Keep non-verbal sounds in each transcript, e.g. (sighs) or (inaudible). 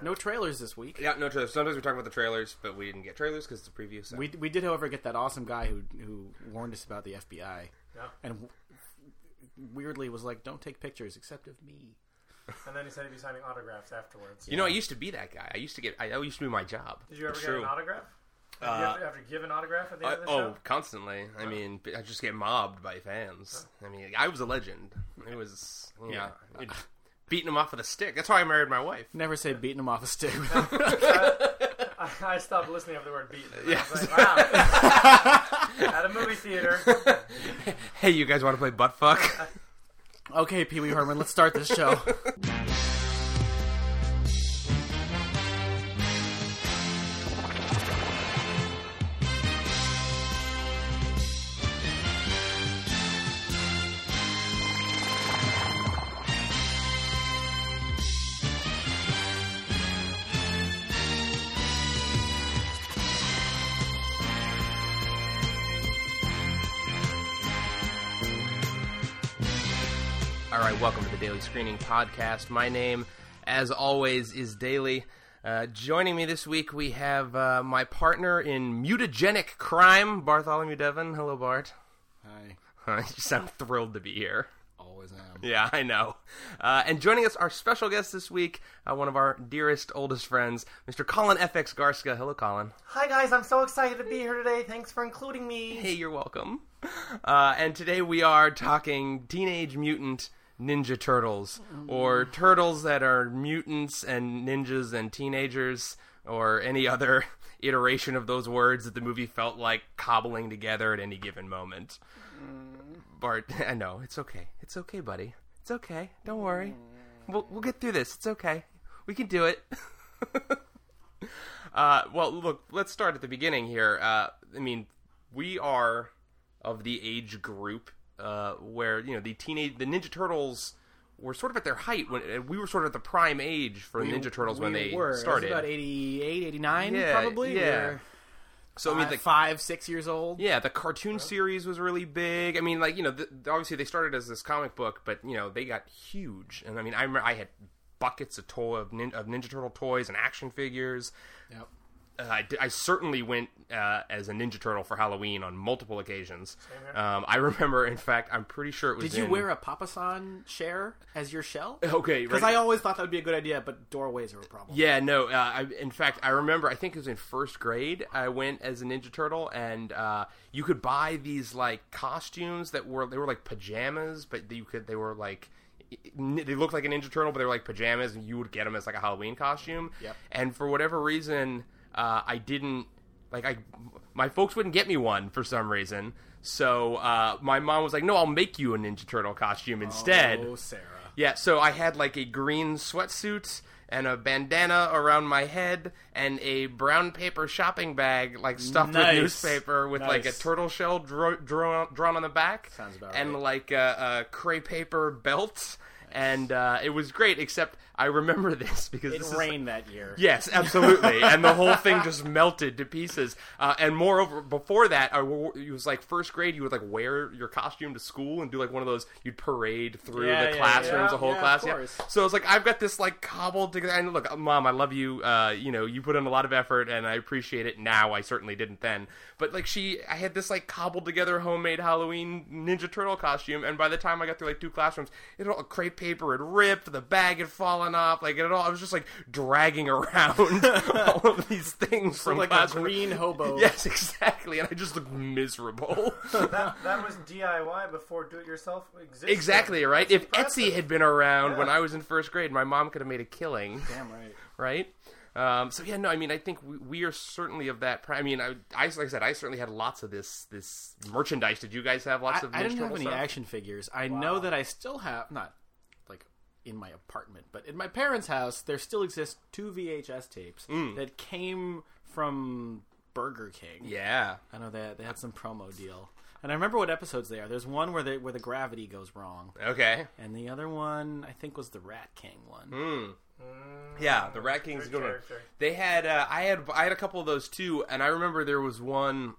No trailers this week. Yeah, no trailers. Sometimes we talk about the trailers, but we didn't get trailers because it's a preview. So. We, we did, however, get that awesome guy who who warned us about the FBI, Yeah. and w- weirdly was like, "Don't take pictures except of me." And then he said he'd be signing autographs afterwards. you know, I used to be that guy. I used to get. I, that used to be my job. Did you ever It's get true. an autograph? Did you Uh, have, to, have to give an autograph at the I- end of the oh, show? constantly. I mean, I just get mobbed by fans. I mean, I was a legend. It was, you know, it- beating them off with a stick. That's why I married my wife. Never say beating him off a stick. (laughs) (laughs) I stopped listening of the word beaten. Yeah. I was like, wow. (laughs) at a movie theater. Hey, you guys want to play butt fuck? (laughs) okay, Pee Wee Herman, let's start this show. All right, welcome to the Daily Screening Podcast. My name, as always, is Daily. Uh, joining me this week, we have uh, my partner in mutagenic crime, Bartholomew Devon. Hello, Bart. (laughs) I Uh, you sound thrilled to be here. always am. (laughs) Yeah, I know. Uh, and joining us, our special guest this week, uh, one of our dearest, oldest friends, Mr. Colin FX Garska. Hello, Colin. Hi, guys. I'm so excited to be here today. Thanks for including me. Hey, you're welcome. Uh, and today we are talking Teenage Mutant Ninja Turtles, Mm. or turtles that are mutants and ninjas and teenagers, or any other (laughs) iteration of those words that the movie felt like cobbling together at any given moment. Bart, (laughs) I know it's okay. It's okay, buddy. It's okay. Don't worry. We'll we'll get through this. It's okay. We can do it. (laughs) uh, well, look. Let's start at the beginning here. Uh, I mean, we are of the age group uh, where you know the teenage the Ninja Turtles were sort of at their height when uh, we were sort of at the prime age for Ninja Turtles when We they were. It was started. about 88, 89 Yeah, probably. yeah. We're so I mean, five, the five, six years old. Yeah, the cartoon series was really big. I mean, like you know, th obviously they started as this comic book, but you know they got huge. And I mean, I remember I had buckets of toy of, nin- of Ninja Turtle toys and action figures. Yep. Uh, I, d- I certainly went uh, as a Ninja Turtle for Halloween on multiple occasions. Um, I remember, in fact, I'm pretty sure it was. Did you in- wear a Papasan share as your shell? (laughs) Okay, Because right. I always thought that would be a good idea, but doorways are a problem. Yeah, no. Uh, I, in fact, I remember. I think it was in first grade. I went as a Ninja Turtle, and uh, you could buy these like costumes that were they were like pajamas, but you could they were like they looked like a Ninja Turtle, but they were like pajamas, and you would get them as like a Halloween costume. Yep. And for whatever reason, uh, I didn't like I my folks wouldn't get me one for some reason. So uh, my mom was like, "No, I'll make you a Ninja Turtle costume instead." Oh, Sarah. Yeah, so I had like a green sweatsuit and a bandana around my head and a brown paper shopping bag like stuffed Nice. with newspaper with like a Nice. turtle shell dro- drawn drawn on the back Sounds about and right. like a, a cray paper belt and uh, it was great except I remember (laughs) this because It this is rained that year. Yes, absolutely. and the whole thing just melted to pieces. Uh, and moreover, before that, I wore, it was like first grade, you would like wear your costume to school and do like one of those, you'd parade through Yeah, the yeah, classrooms, yeah. the whole Yeah, of class. Yeah. course. So it's like, I've got this like cobbled together. And look, mom, I love you. Uh, you know, you put in a lot of effort and I appreciate it now. I certainly didn't then. But like, she, I had this like cobbled together homemade Halloween Ninja Turtle costume. And by the time I got through like two classrooms, it all crepe paper had ripped, the bag had fallen off. Like, it all, I was just like dragging (laughs) around all of these things from like a classroom. green hobo. (laughs) Yes, exactly. And I just looked (laughs) miserable. That, that was DIY before do-it-yourself existed. exactly, right? If Etsy had been around when Yeah. I was in first grade, my mom could have made a killing. Damn right. right? Um, so yeah, no, I mean, I think we, we are certainly of that. Pri- I mean, I, I like I said, I certainly had lots of this this merchandise. Did you guys have I, lots of? I Ninja didn't have Turtle any stuff? action figures. I know that I still have not like in my apartment, but in my parents' house there still exist two VHS tapes that came from Burger King. Yeah, I know that they had some promo deal. And I remember what episodes they are. There's one where they where the gravity goes wrong, okay, and the other one I think was the Rat King one. yeah. The Rat King's a Good good one. character. They had uh, I had I had a couple of those too, and I remember there was one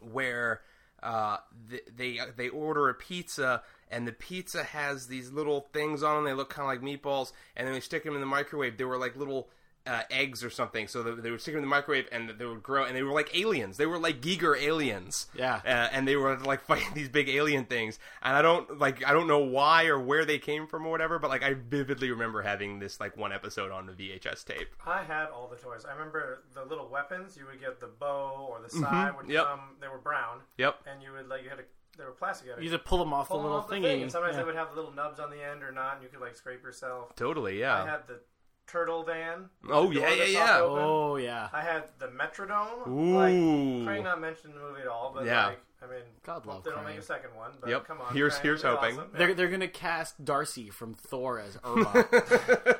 where uh, th- they they order a pizza and the pizza has these little things on them. They look kind of like meatballs, and then they stick them in the microwave. They were like little uh, eggs or something. So they, they would stick them in the microwave and they would grow. And they were like aliens. They were like Giger aliens. Yeah. Uh, and they were like (laughs) fighting these big alien things. And I don't like I don't know why or where they came from or whatever. But like I vividly remember having this like one episode on the VHS tape. I had all the toys. I remember the little weapons. You would get the bow or the side would Mm-hmm. Yep. come. They were brown. Yep. And you would like you had a they were plastic. You had to You just pull them off pull the them little off the thingy. thing, and sometimes yeah. they would have the little nubs on the end or not, and you could like scrape yourself. Totally. Yeah. I had the turtle van. with Oh, the door yeah, yeah, that's yeah. off open. Oh yeah. I had the Metrodome. Ooh. Like, Crane not mentioned in the movie at all, but Yeah. like, I mean, God love hope they don't Crane. make a second one. But Yep. come on, Here's- Crane, here's they're hoping. awesome. They're they're gonna cast Darcy from Thor as Irma.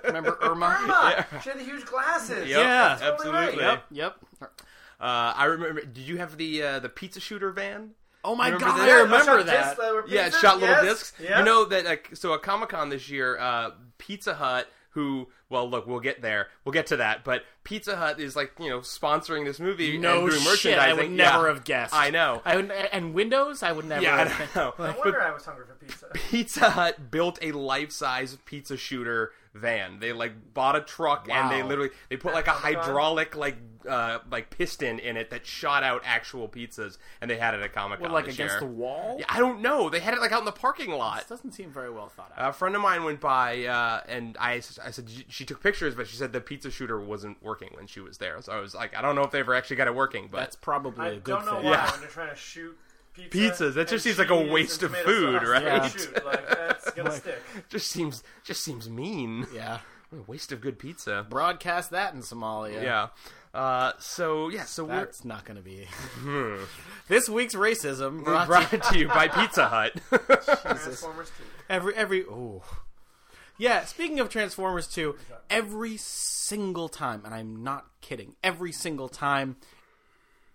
Remember Irma? Irma! She had the huge glasses. Yep, Yeah, That's totally right. absolutely. Yep. Yep. Uh, I remember. Did you have the uh, the pizza shooter van? Oh my Remember god! that? I Yeah, remember shot discs that. that were Yeah, it pieces? shot little Yes. discs. Yeah. You know that. Uh, so at Comic Con this year, uh, Pizza Hut, who well, look, we'll get there. We'll get to that. But Pizza Hut is like you know sponsoring this movie No and doing shit! I merchandising. would never Yeah. have guessed. I know. I would, and Windows, I would never. yeah, (laughs) have I know. No wonder I was hungry for pizza. Pizza Hut built a life-size pizza shooter van. They like bought a truck Wow. and they literally they put like a hydraulic like uh like piston in it that shot out actual pizzas and they had it at Comic Con What, like this against year. the wall? Yeah, I don't know. They had it like out in the parking lot. This doesn't seem very well thought out. A friend of mine went by, uh, and I, s- I said she took pictures, but she said the pizza shooter wasn't working when she was there. So I was like, I don't know if they ever actually got it working, but That's probably I a good don't know thing. why Yeah. when you're trying to shoot pizza. Pizzas, that just and seems like a cheese and waste of tomato food, sauce, right? Yeah. Shoot, like, that's gonna stick. (laughs) just seems just seems mean. Yeah. What a waste of good pizza. Broadcast that in Somalia. Yeah. Uh, so yeah, so we're That's not going to be. (laughs) this week's racism brought to Hmm. brought to you by Pizza Hut. Transformers 2. every every oh. Yeah, speaking of Transformers 2, every single time, and I'm not kidding, every single time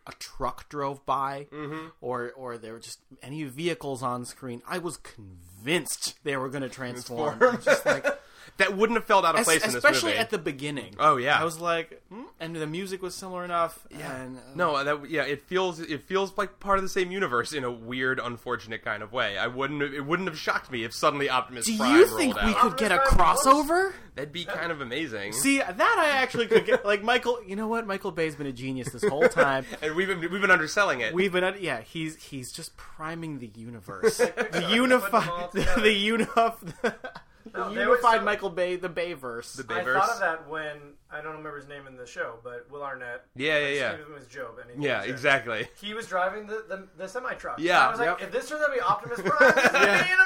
a truck drove by Mm-hmm. or or there were just any vehicles on screen, I was convinced they were going to transform. I'm just (laughs) like (laughs) that wouldn't have felt out of Es- place in this especially movie. at the beginning. Oh, yeah. I was like, mm, and the music was similar enough. Yeah, and, uh, no, that yeah, it feels it feels like part of the same universe in a weird, unfortunate kind of way. I wouldn't it wouldn't have shocked me if suddenly Optimus Do Prime you rolled think out. we could get a Optimus Prime was- crossover? That'd be kind of amazing. See, that I actually could get. Like Michael, you know what? Michael Bay's been a genius this whole (laughs) time. and we've been we've been underselling it. We've been, yeah, he's he's just priming the (laughs) universe, the Putting them all unified, (laughs) the, together. unif, (laughs) the No, they were unified so- Michael Bay, the Bayverse. The I Bayverse. thought of that when I don't remember his name in the show, but Will Arnett. Yeah, yeah, his yeah. name was Job. And he yeah, was there. exactly. He was driving the, the, the semi truck. Yeah, I was like, yep. if this turns out to be Optimus Prime, this is being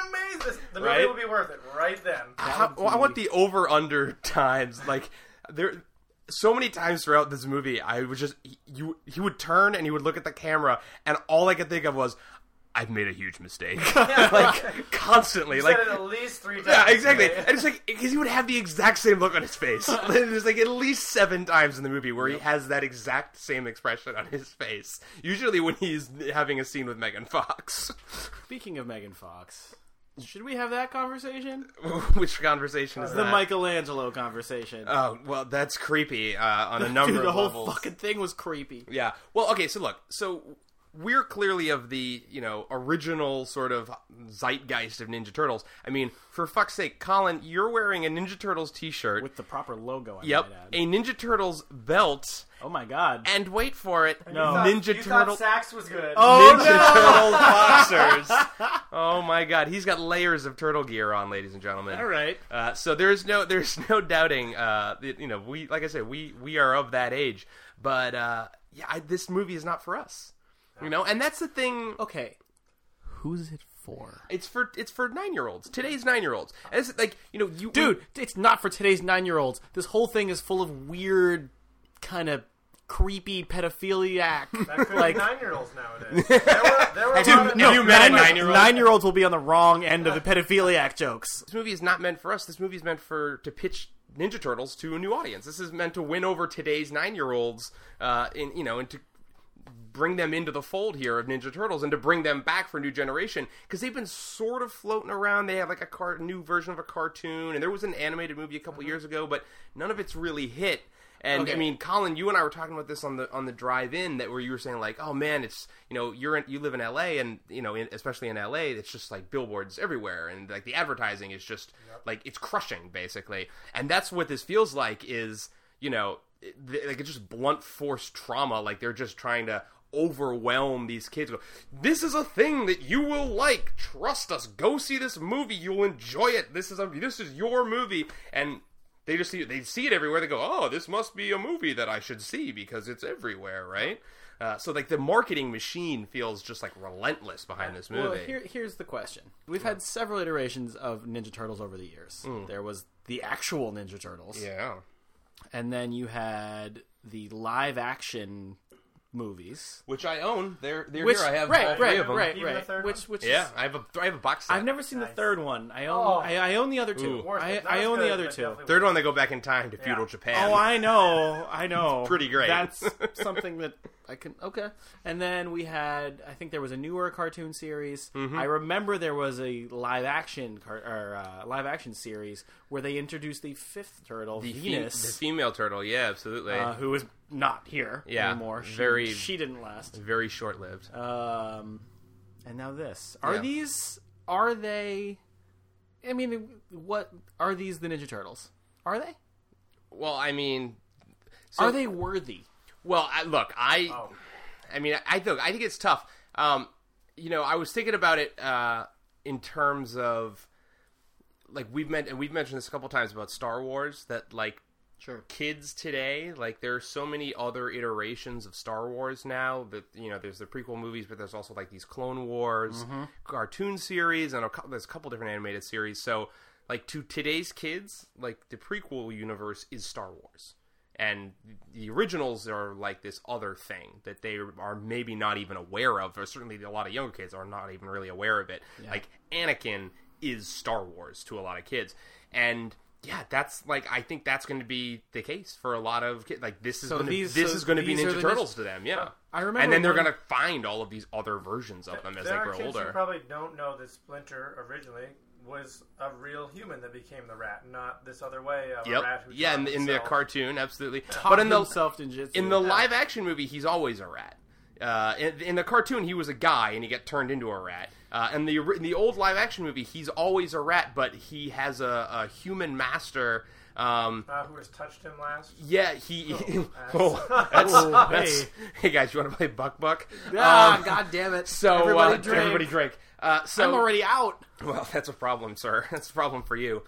amazing. This- The movie Right? will be worth it right then. (laughs) How- well, I want the over under times. Like there, so many times throughout this movie, I would just you he would turn and he would look at the camera, and all I could think of was, I've made a (laughs) huge mistake. like (laughs) constantly, like. Said it at least three times. Yeah, exactly. (laughs) today. And it's like because he would have the exact same look on his face. (laughs) There's like at least seven times in the movie where he has that exact same expression on his face. Usually when he's having a scene with Megan Fox. (laughs) Speaking of Megan Fox, should we have that conversation? Which conversation is The that? Michelangelo conversation. Oh well, that's creepy uh, on a (laughs) number Dude, (laughs) the of whole levels. fucking thing was creepy. Yeah. Well, okay. So look, so we're clearly of the you know original sort of zeitgeist of Ninja Turtles. I mean, for fuck's sake, Colin, you're wearing a Ninja Turtles T-shirt. with the proper logo. I yep, might add. a Ninja Turtles belt, oh my god! and wait for it, No. You thought- Ninja you Turtle. thought Sax was good. Oh, Ninja Turtles boxers. Oh my god, he's got layers of turtle gear on, ladies and gentlemen. All right. Uh, so there's no there's no (laughs) doubting. Uh, that, you know, we like I said, we we are of that age. But uh, yeah, I, this movie is not for us. You know, and that's the thing. Okay, who's it for? It's for it's for nine year olds. Today's nine year olds. And It's like you know, you Dude, it's not for today's nine-year-olds. This whole thing is full of weird, kind of creepy pedophiliac. That could like- be nine-year-olds (laughs) nowadays. There were, there were a lot of- no, you met a nine-year-old? Nine-year-olds will be on the wrong end of (laughs) the pedophiliac jokes. this movie is not meant for us. This movie is meant for to pitch Ninja Turtles to a new audience. This is meant to win over today's nine-year-olds, uh, in you know, and to bring them into the fold here of Ninja Turtles and to bring them back for a new generation because they've been sort of floating around. They have like a car- new version of a cartoon, and there was an animated movie a couple years ago, but none of it's really hit. And I Okay. mean, Colin, you and I were talking about this on the on the drive in that where you were saying like, oh man, it's you know you're in, you live in L.A. and you know in, especially in L.A. it's just like billboards everywhere and like the advertising is just like it's crushing basically, and that's what this feels like is you know, it- th- like it's just blunt force trauma. Like they're just trying to overwhelm these kids. Go, this is a thing that you will like. Trust us. Go see this movie. You'll enjoy it. This is a, this is your movie. And they just see they see it everywhere. They go, oh, this must be a movie that I should see because it's everywhere, right? Uh, so like the marketing machine feels just like relentless behind this movie. Well, here, here's the question. We've had several iterations of Ninja Turtles over the years. Hmm. There was the actual Ninja Turtles, yeah. and then you had the live action movies. Which I own. They're, they're Which here. I have right, all right, three of them. right, Even the right. third Which, one? which, Yeah, is, I have a, I have a box set. I've never seen the Nice. third one. I own, Oh. I, I own the other two. Ooh. Worth I, it. That I was own good, the other but two. definitely Third one, they go back in time to feudal Yeah. Japan. Oh, I know, I know. (laughs) pretty great. That's something that I can okay. And then we had, I think there was a newer cartoon series. Mm-hmm. I remember there was a live action car- or uh, live action series where they introduced the fifth turtle, the, fe- the Venus, female turtle. Yeah, absolutely. uh, who is not here Yeah, anymore. She, very- she didn't last. Very short lived. Um, and now this are Yeah. these are they? I mean, what are these? The Ninja Turtles are they? well, I mean, so, are they worthy? Well, I, look, I, Oh. I mean, I think I think it's tough. Um, you know, I was thinking about it uh, in terms of like we've meant and we've mentioned this a couple times about Star Wars that like Sure. kids today like there are so many other iterations of star wars now that you know there's the prequel movies but there's also like these clone wars cartoon series and a couple, there's a couple different animated series so like to today's kids like the prequel universe is star wars and the originals are like this other thing that they are maybe not even aware of or certainly a lot of younger kids are not even really aware of it like anakin is star wars to a lot of kids and yeah that's like i think that's going to be the case for a lot of kids like this is So going to these- this so is going to be these are ninja the turtles to them yeah I remember and then they're when- going to find all of these other versions of them as they there are grow kids who older probably don't know that Splinter originally was a real human that became the rat, not this other way of a rat yep who yeah taught in, the- in the himself. cartoon absolutely But but in the himself ninjutsu. in the live action movie, he's always a rat. Uh, in, in the cartoon, he was a guy and he got turned into a rat. Uh, and the in the old live action movie, he's always a rat, but he has a, a human master. Um, Uh, who has touched him last? yeah, he. (laughs) Oh, that's, Oh, that's- hey. hey. guys, you want to play Buck Buck? (laughs) Ah, Um, god damn it! so uh, everybody, everybody drink. drink. Uh, so I'm already out. well, (laughs) that's a problem, sir. That's a problem for you.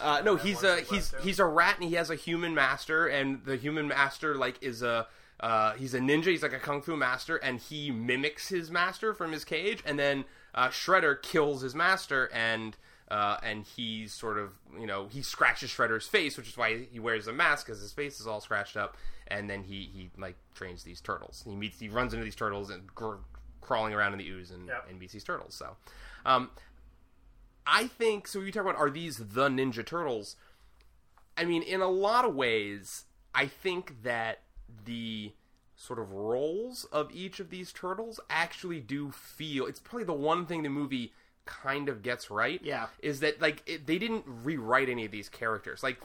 Uh, no, he's a he's he's a rat, and he has a human master, and the human master like is a uh, he's a ninja. He's like a kung fu master, and he mimics his master from his cage, and then uh, Shredder kills his master, and uh, and he sort of you know he scratches Shredder's face, which is why he wears a mask because his face is all scratched up, and then he he like trains these turtles. He meets he runs into these turtles and. Gr- crawling around in the ooze and, Yep. and meets these turtles so um, I think so. You talk about are these the Ninja Turtles? I mean, in a lot of ways, I think that the sort of roles of each of these turtles actually do feel. It's probably the one thing the movie kind of gets right. Yeah. is that like it, they didn't rewrite any of these characters. Like,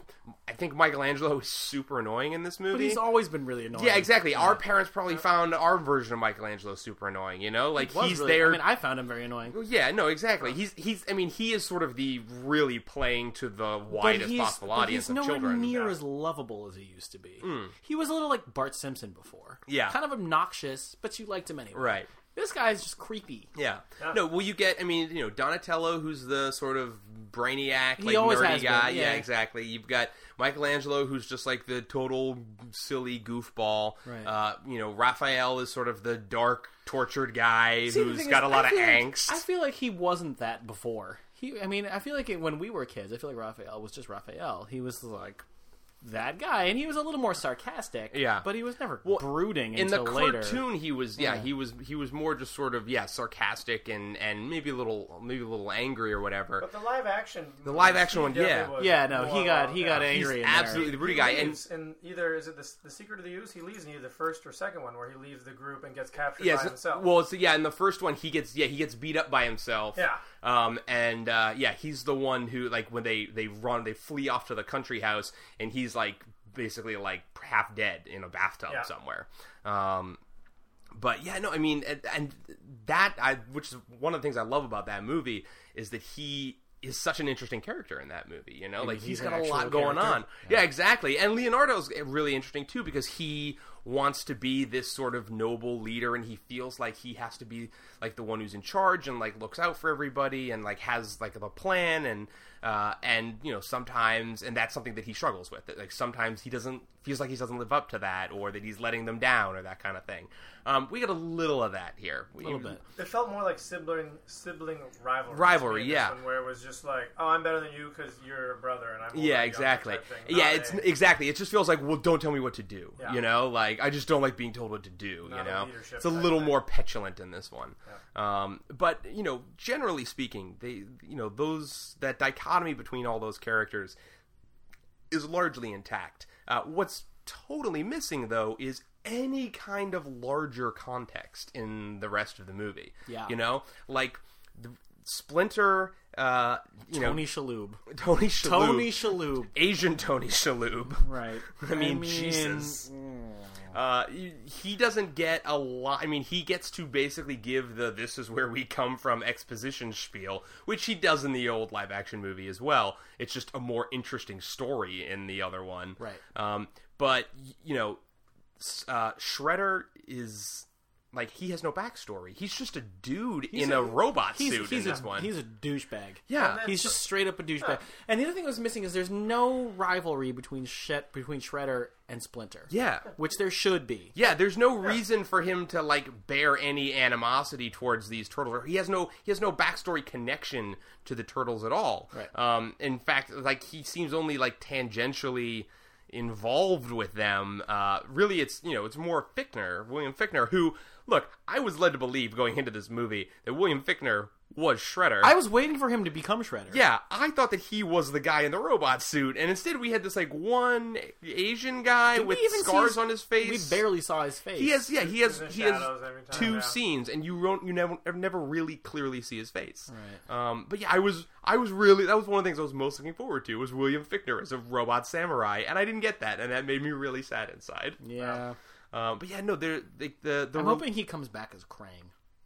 I think Michelangelo is super annoying in this movie. But he's always been really annoying. yeah, exactly. Our parents probably found our version of Michelangelo super annoying. You know, like Was he's really- there I mean, I found him very annoying. yeah, no, exactly. He's he's. I mean, he is sort of the really playing to the widest possible but audience he's nowhere of children. near as lovable as he used to be. He was a little like Bart Simpson before. Hmm. Yeah. kind of obnoxious, but you liked him anyway. Right. This guy's just creepy. Yeah. No. Well, you get. I mean, you know, Donatello, who's the sort of brainiac, like always nerdy has been, guy. yeah. exactly. You've got Michelangelo, who's just like the total silly goofball. Right. Uh, you know, Raphael is sort of the dark, tortured guy See, the who's thing got is, a lot I of feel like- angst. I feel like he wasn't that before. He, I mean, I feel like it, when we were kids, I feel like Raphael was just Raphael. He was like that guy, and he was a little more sarcastic. Yeah. but he was never brooding in the until later. cartoon he was yeah, he was he was more just sort of yeah sarcastic and and maybe a little maybe a little angry or whatever But the live action. The live action one, yeah. Yeah, no, he got he got He's angry. in there. absolutely the Rudy guy, and leaves in either is it the, the secret of the ooze? He leaves in either the first or second one, where he leaves the group and gets captured by yes, himself. well, it's, yeah. In the first one, he gets yeah he gets beat up by himself. Yeah. Um, and uh, yeah, he's the one who like when they they run they flee off to the country house, and he's like basically like half dead in a bathtub Yeah. somewhere. Um, but yeah, no, I mean, and, and that I, which is one of the things I love about that movie is that he is such an interesting character in that movie. You know, like he's he's an got a lot actual going character. on. Yeah. exactly. And Leonardo's really interesting too because he wants to be this sort of noble leader, and he feels like he has to be like the one who's in charge and like looks out for everybody and like has like a plan and uh, and you know sometimes and that's something that he struggles with. That, like sometimes he doesn't feels like he doesn't live up to that, or that he's letting them down, or that kind of thing. Um, we get a little of that here. A little bit. It felt more like sibling sibling rivalry. to Rivalry, me in this yeah. one, where it was just like, oh, I'm better than you because you're a brother, and I'm older Yeah, and younger exactly. type thing. Yeah, Not it's a- exactly. It just feels like, well, don't tell me what to do. Yeah. You know, like I just don't like being told what to do. Not a you know, leadership it's a type little thing. more petulant in this one. Um, but you know, generally speaking, they, you know, those that dichotomy between all those characters is largely intact. Uh, what's totally missing, though, is any kind of larger context in the rest of the movie. Yeah. you know, like the Splinter. Uh, you Tony know, Shalhoub. (laughs) Tony Shalhoub. Tony Shalhoub. Asian Tony Shalhoub. (laughs) Right. I mean, Jesus. mm. Uh, you- he doesn't get a lot. I mean, he gets to basically give the "this is where we come from" exposition spiel, which he does in the old live action movie as well. It's just a more interesting story in the other one, Right. Um, but y- you know, s- uh, Shredder is like he has no backstory. He's just a dude in a- a, robot He's, suit he's in a, this one. he's a douchebag. yeah, He's just straight up a douchebag. And the other thing that was missing is there's no rivalry between Shet, between Shredder and Splinter. yeah. Which there should be. Yeah, there's no reason for him to like bear any animosity towards these turtles. He has no he has no backstory connection to the turtles at all. Right. Um, in fact, like he seems only like tangentially involved with them. Uh, really, it's you know it's more Fickner, William Fickner, who look I was led to believe going into this movie that William Fickner was Shredder. I was waiting for him to become Shredder. Yeah, I thought that he was the guy in the robot suit, and instead we had this like one Asian guy Did we with even see scars his- on his face. We barely saw his face. He has, yeah, he has, in he has shadows every time, two yeah. scenes, and you won't, you never, never really clearly see his face. Right. Um, but yeah, I was, I was really, that was one of the things I was most looking forward to was William Fickner as a robot samurai, and I didn't get that, and that made me really sad inside. Yeah. Um, but yeah, no, they're like the the I'm ro- hoping he comes back as Krang.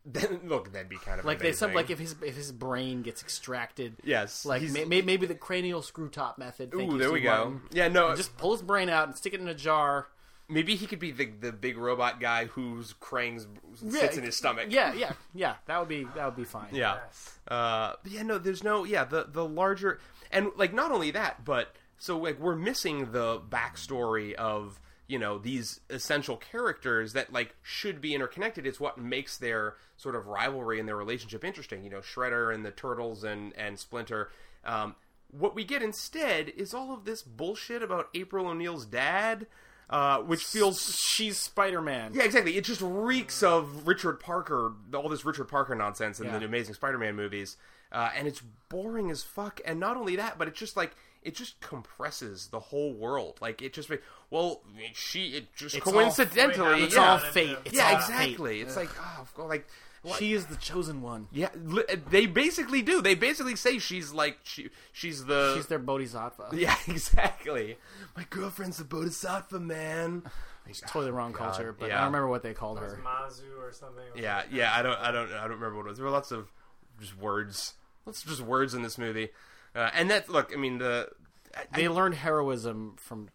(laughs) then, look, that'd be kind of Like they amazing. some like if his if his brain gets extracted. Yes, Like he's- may, may- maybe the cranial screw top method. Thank Ooh, you, there Steve we go. Martin. Yeah, no, And Just pull his brain out and stick it in a jar. maybe he could be the the big robot guy whose Krang's sits in his stomach. Yeah, yeah, yeah. That would be that would be fine. Yeah. Yes. Uh, but yeah, no, there's no, yeah, the, the larger, and like not only that, but so like we're missing the backstory of, you know, these essential characters that like should be interconnected. It's what makes their sort of rivalry and their relationship interesting. You know, Shredder and the Turtles and, and Splinter. Um, what we get instead is all of this bullshit about April O'Neil's dad, uh, which feels She's Spider Man. yeah, exactly. It just reeks of Richard Parker, all this Richard Parker nonsense in Yeah. the Amazing Spider-Man movies, uh, and it's boring as fuck. And not only that, but it's just like it just compresses the whole world. Like it just, well, she it just It's all- coincidentally, It's yeah, all fate. It's yeah, all exactly. It's like, oh, f- like what? She is the chosen one. yeah, li- they basically do. They basically say she's like she, she's the She's their bodhisattva. (laughs) yeah, exactly. My girlfriend's the Bodhisattva man. Totally the wrong culture, but I yeah. don't remember what they called It was her. Mazu or something. It was Yeah, like- yeah. I don't, I don't, I don't remember what it was. There were lots of just words. Lots of just words in this movie, uh, and that's look. I mean, the I- They learned heroism from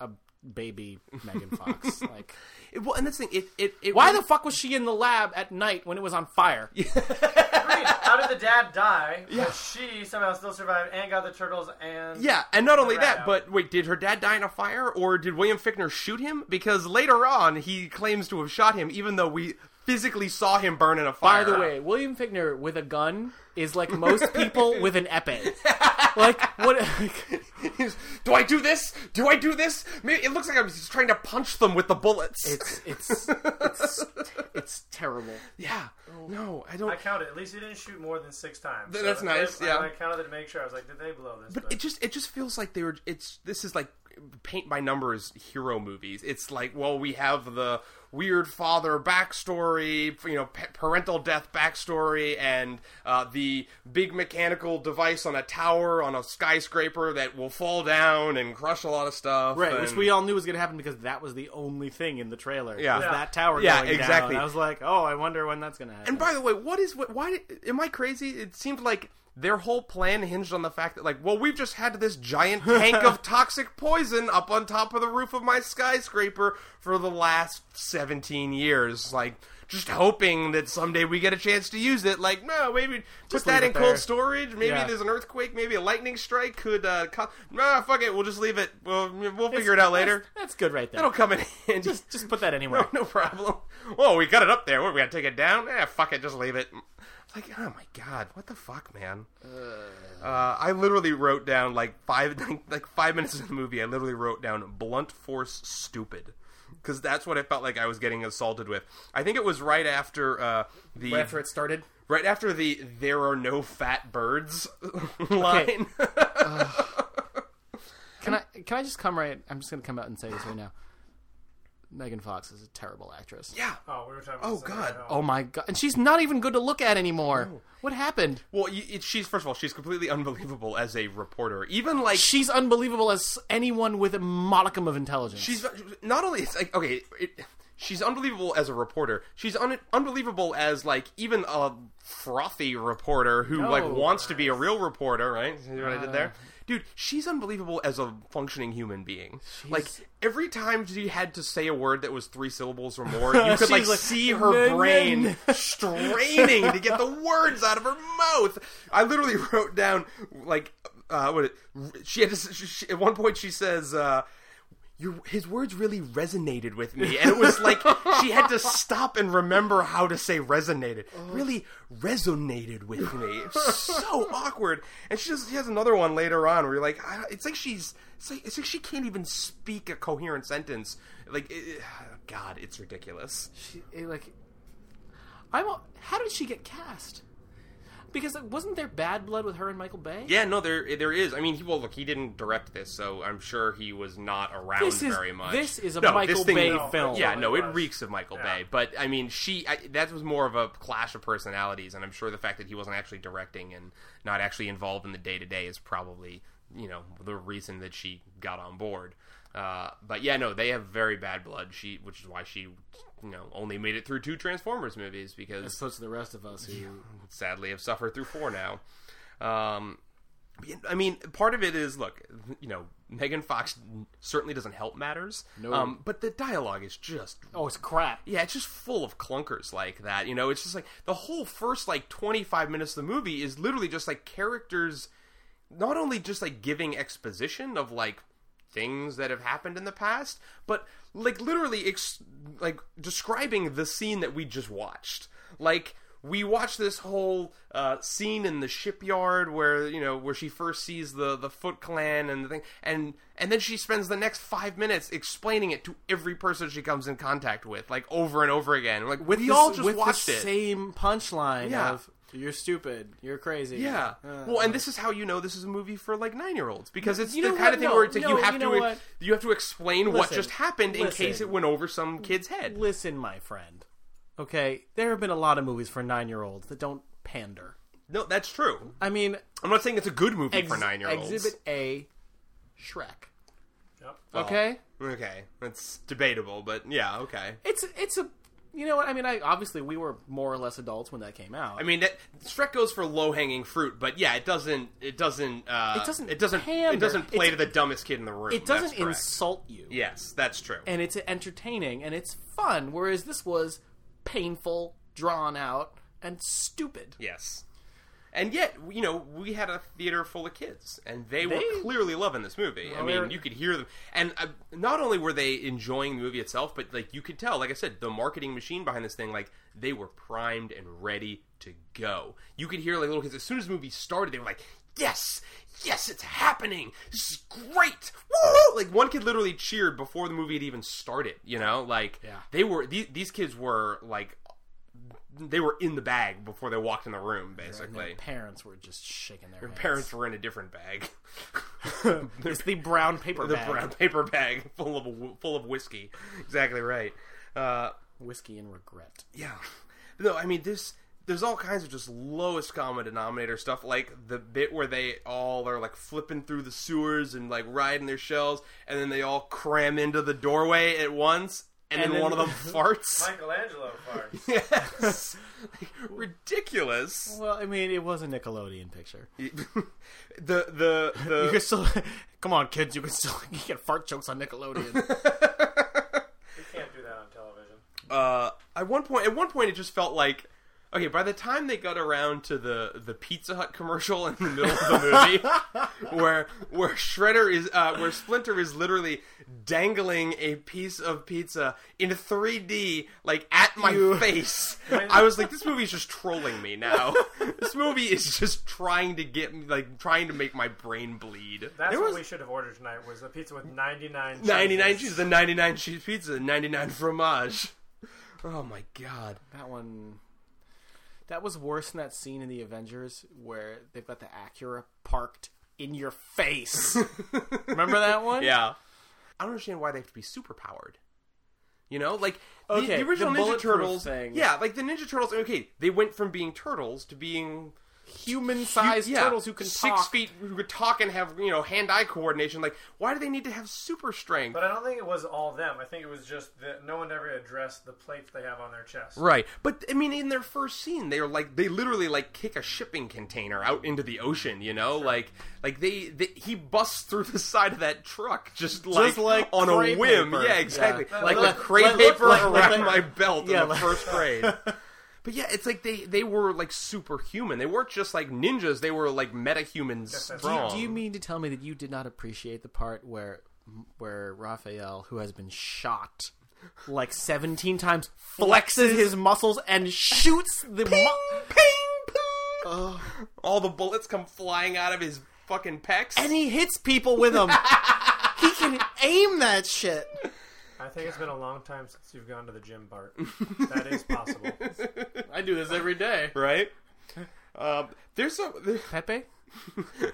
a baby Megan (laughs) Fox. like, it, well, and that's the thing. It, it, it why the fuck was she in the lab at night when it was on fire? Agreed. How did the dad die? (laughs) But she somehow still survived and got the turtles and yeah, and not only Right that, out. but wait, did her dad die in a fire, or did William Fickner shoot him? Because later on, he claims to have shot him, even though we physically saw him burn in a By fire. the way, William Fickner with a gun is like most (laughs) people with an epee. Like what? (laughs) do I do this? Do I do this? Maybe, it looks like I'm just trying to punch them with the bullets. (laughs) it's it's it's it's terrible. yeah, Oh. no, I don't. I counted. At least he didn't shoot more than six times. Th- that's nice, I, yeah. I counted to make sure. I was like, did they blow this? But it just it just feels like they were it's this is like paint by numbers hero movies. It's like well we have the weird father backstory, you know, pa- parental death backstory, and uh, the big mechanical device on a tower on a skyscraper that will fall down and crush a lot of stuff. Right, which and- we all knew was going to happen because that was the only thing in the trailer. Yeah. was Yeah. that tower. Yeah, going down. exactly. I was like, oh, I wonder when that's going to happen. And by the way, what is what? Why did- am I crazy? It seemed like their whole plan hinged on the fact that like, well, we've just had this giant (laughs) tank of toxic poison up on top of the roof of my skyscraper for the last 17 years. Like just hoping that someday we get a chance to use it. Like, no, maybe Just put that leave in it there. cold storage. Maybe Yeah. there's an earthquake. Maybe a lightning strike could. Uh, co- nah, fuck it. We'll just leave it. We'll, we'll figure it out later. That's, that's good right there. That'll come in (laughs) (laughs) handy. just just put that anywhere. (laughs) No, no problem. Whoa, we got it up there. What, we gotta take it down? Eh, fuck it, just leave it. It's like, oh my god, what the fuck, man? Uh, I literally wrote down like five, (laughs) like five minutes of the movie. I literally wrote down blunt force stupid because that's what I felt like I was getting assaulted with. I think it was right after uh, the Right after it started. right after the "there are no fat birds" (laughs) line. (laughs) Can I can I just come right? I'm just gonna come out and say this right now. Megan Fox is a terrible actress. yeah. Oh, we were talking. Oh, about this God. earlier. Oh my god, and she's not even good to look at anymore. What happened? Well, you, it, she's first of all, she's completely unbelievable as a reporter. Even like She's unbelievable as anyone with a modicum of intelligence. She's not only it's like okay, it, she's unbelievable as a reporter. She's un, unbelievable as like even a frothy reporter who like No. Uh. wants to be a real reporter, right? See what I did there? Dude, she's unbelievable as a functioning human being. Like every time she had to say a word that was three syllables or (laughs) more, you could She's like, like, see "Nah, her nah, nah." brain (laughs) straining to get the words out of her mouth. I literally (laughs) wrote down like uh, what it, she had to. She, she- at one point, she says. Uh, your, his words really resonated with me, and it was like she had to stop and remember how to say resonated. Really resonated with me. It was so awkward. And she just she has another one later on where you're like, I, it's like she's, it's like, it's like she can't even speak a coherent sentence. Like, it, it- God, it's ridiculous. She- it, like, I'm. a- How did she get cast? Because like, wasn't there bad blood with her and Michael Bay? Yeah, no, there there is. I mean, he, well, look, he didn't direct this, so I'm sure he was not around This is- very much. this is a No, Michael this thing- Bay no, film. Yeah, no, it Otherwise. reeks of Michael Yeah. Bay. But I mean, she I, that was more of a clash of personalities, and I'm sure the fact that he wasn't actually directing and not actually involved in the day to day is probably you know the reason that she got on board. Uh, but yeah, no, they have very bad blood. She, which is why she, you know, only made it through two Transformers movies because As opposed to the rest of us who sadly have suffered through four now. Um, I mean, part of it is look, you know, Megan Fox certainly doesn't help matters. No. Um, but the dialogue is just Oh, it's crap. yeah, it's just full of clunkers like that. You know, it's just like the whole first like 25 minutes of the movie is literally just like characters not only just like giving exposition of like things that have happened in the past, but like literally ex- like describing the scene that we just watched. Like we watched this whole uh, scene in the shipyard where you know where she first sees the the Foot Clan and the thing, and and then she spends the next five minutes explaining it to every person she comes in contact with, like over and over again. Like With we the- all just with watched the it. Same punchline Yeah. of "You're stupid. You're crazy." Yeah. Uh, well, and this is how you know this is a movie for like nine year olds because it's You the know kind what? of thing No, where it's like no, you have you know to e, what? you have to explain what Listen, just happened in listen. case it went over some kid's head. listen, my friend. Okay, there have been a lot of movies for nine-year-olds that don't pander. No, that's true. I mean, I'm not saying it's a good movie for ex- nine year olds. Exhibit A, Shrek. Yep. Okay, Okay, that's debatable, but yeah, okay. it's it's a you know what I mean. I obviously we were more or less adults when that came out. I mean, that, Shrek goes for low hanging fruit, but yeah, it doesn't. It doesn't. Uh, It doesn't It doesn't. pander. It doesn't play It's- to the dumbest kid in the room. it doesn't That's correct. insult you, yes, that's true. and it's entertaining and it's fun. Whereas this was painful, drawn out, and stupid. Yes. And yet, you know, we had a theater full of kids, and they, They- were clearly loving this movie. I we mean, were- you could hear them, and uh, not only were they enjoying the movie itself, but like you could tell, like I said, the marketing machine behind this thing, like they were primed and ready to go. You could hear like little kids as soon as the movie started, they were like, "Yes, yes, it's happening! This is great!" Woo! Like one kid literally cheered before the movie had even started. You know, like Yeah. they were these, these kids were like they were in the bag before they walked in the room, And their basically. parents were just shaking their, heads. Parents were in a (laughs) different bag, (laughs) It's the brown paper the bag, brown paper bag full of wh- full of whiskey. Exactly right. Uh, whiskey and regret. yeah, no, I mean this. There's all kinds of just lowest common denominator stuff, like the bit where they all are like flipping through the sewers and like riding their shells, and then they all cram into the doorway at once. and, then, one (laughs) of them farts. Michelangelo farts. (laughs) yes, Like, ridiculous. Well, I mean, it was a Nickelodeon picture. the the You the can still, (laughs) come on, kids. You can still (laughs) you get fart jokes on (laughs) Nickelodeon. You can't do that on television. uh, at one point, at one point, it just felt like okay. By the time they got around to the the Pizza Hut commercial (laughs) in the middle of the (laughs) movie, where where Shredder is, uh, where Splinter is literally dangling a piece of pizza in 3D, like at my (laughs) face, I was like, this movie is just trolling me now. this movie is just trying to get me, like trying to make my brain bleed. That's There what was- we should have ordered tonight was a pizza with 99 99 cheeses. cheese, the 99 cheese pizza, the 99 fromage. Oh my god. that one. That was worse than that scene in the Avengers where they've got the Acura parked in your (laughs) face. Remember that one? Yeah. I don't understand why they have to be superpowered. You know, like the, Okay, the original the Ninja bulletproof Turtles. thing. Yeah, like the Ninja Turtles. Okay, they went from being turtles to being Human-sized yeah, turtles who can six talk. feet who could talk and have you know hand-eye coordination. Like, why do they need to have super strength? But I don't think it was all them. I think it was just that no one ever addressed the plates they have on their chest. Right, but I mean, in their first scene, they're like they literally like kick a shipping container out into the ocean. You know, like like they, they he busts through the (laughs) side of that truck just like, like on crepe a whim. paper. Yeah, exactly. Yeah. Like Like- the crepe like- paper like- around like- my belt Yeah, in the like- (laughs) first grade. But yeah, it's like they they were like superhuman. They weren't just like ninjas. They were like metahumans. that's Do you, strong. do you mean to tell me that you did not appreciate the part where where Raphael, who has been shot like 17 times, flexes his muscles and shoots the mu- ping ping? All the bullets come flying out of his fucking pecs. and he hits people with them. he can aim that shit. I think it's been a long time since you've gone to the gym, Bart. (laughs) that is possible. I do this every day. right? Um, there's a (laughs) there- Pepe,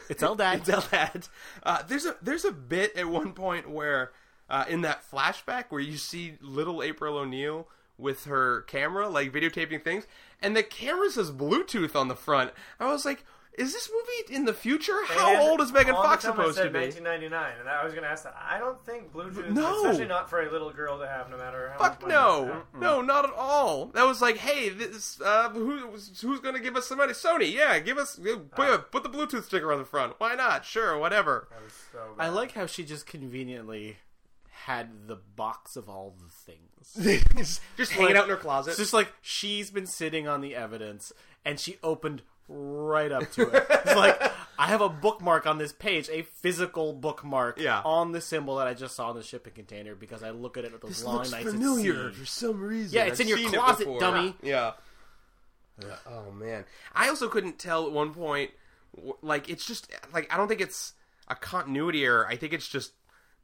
it's all that. tell that uh, there's a there's a bit at one point where uh, in that flashback where you see little April O'Neil with her camera like videotaping things, and the camera says Bluetooth on the front. I was like. Is this movie in the future? How And old is Megan all the Fox time I supposed said to be? 1999, and I was going to ask that. I don't think Bluetooth, No. especially not for a little girl to have, no matter how. Fuck much money- no, no, not at all. That was like, hey, this uh, who who's gonna give us some money? Sony, yeah, give us Uh. put, put the Bluetooth sticker on the front. Why not? Sure, whatever. That was so I bad. like how she just conveniently had the box of all the things. (laughs) just hanging Like, out in her closet. It's just like she's been sitting on the evidence and she opened right up to it. it's like I have a bookmark on this page, a physical bookmark Yeah. on the symbol that I just saw in the shipping container because I look at it at those long nights at sea. some reason. Yeah, it's in your seen it closet, before. dummy. Yeah. Yeah, Oh man, I also couldn't tell at one point. wh- Like it's just like I don't think it's a continuity error. I think it's just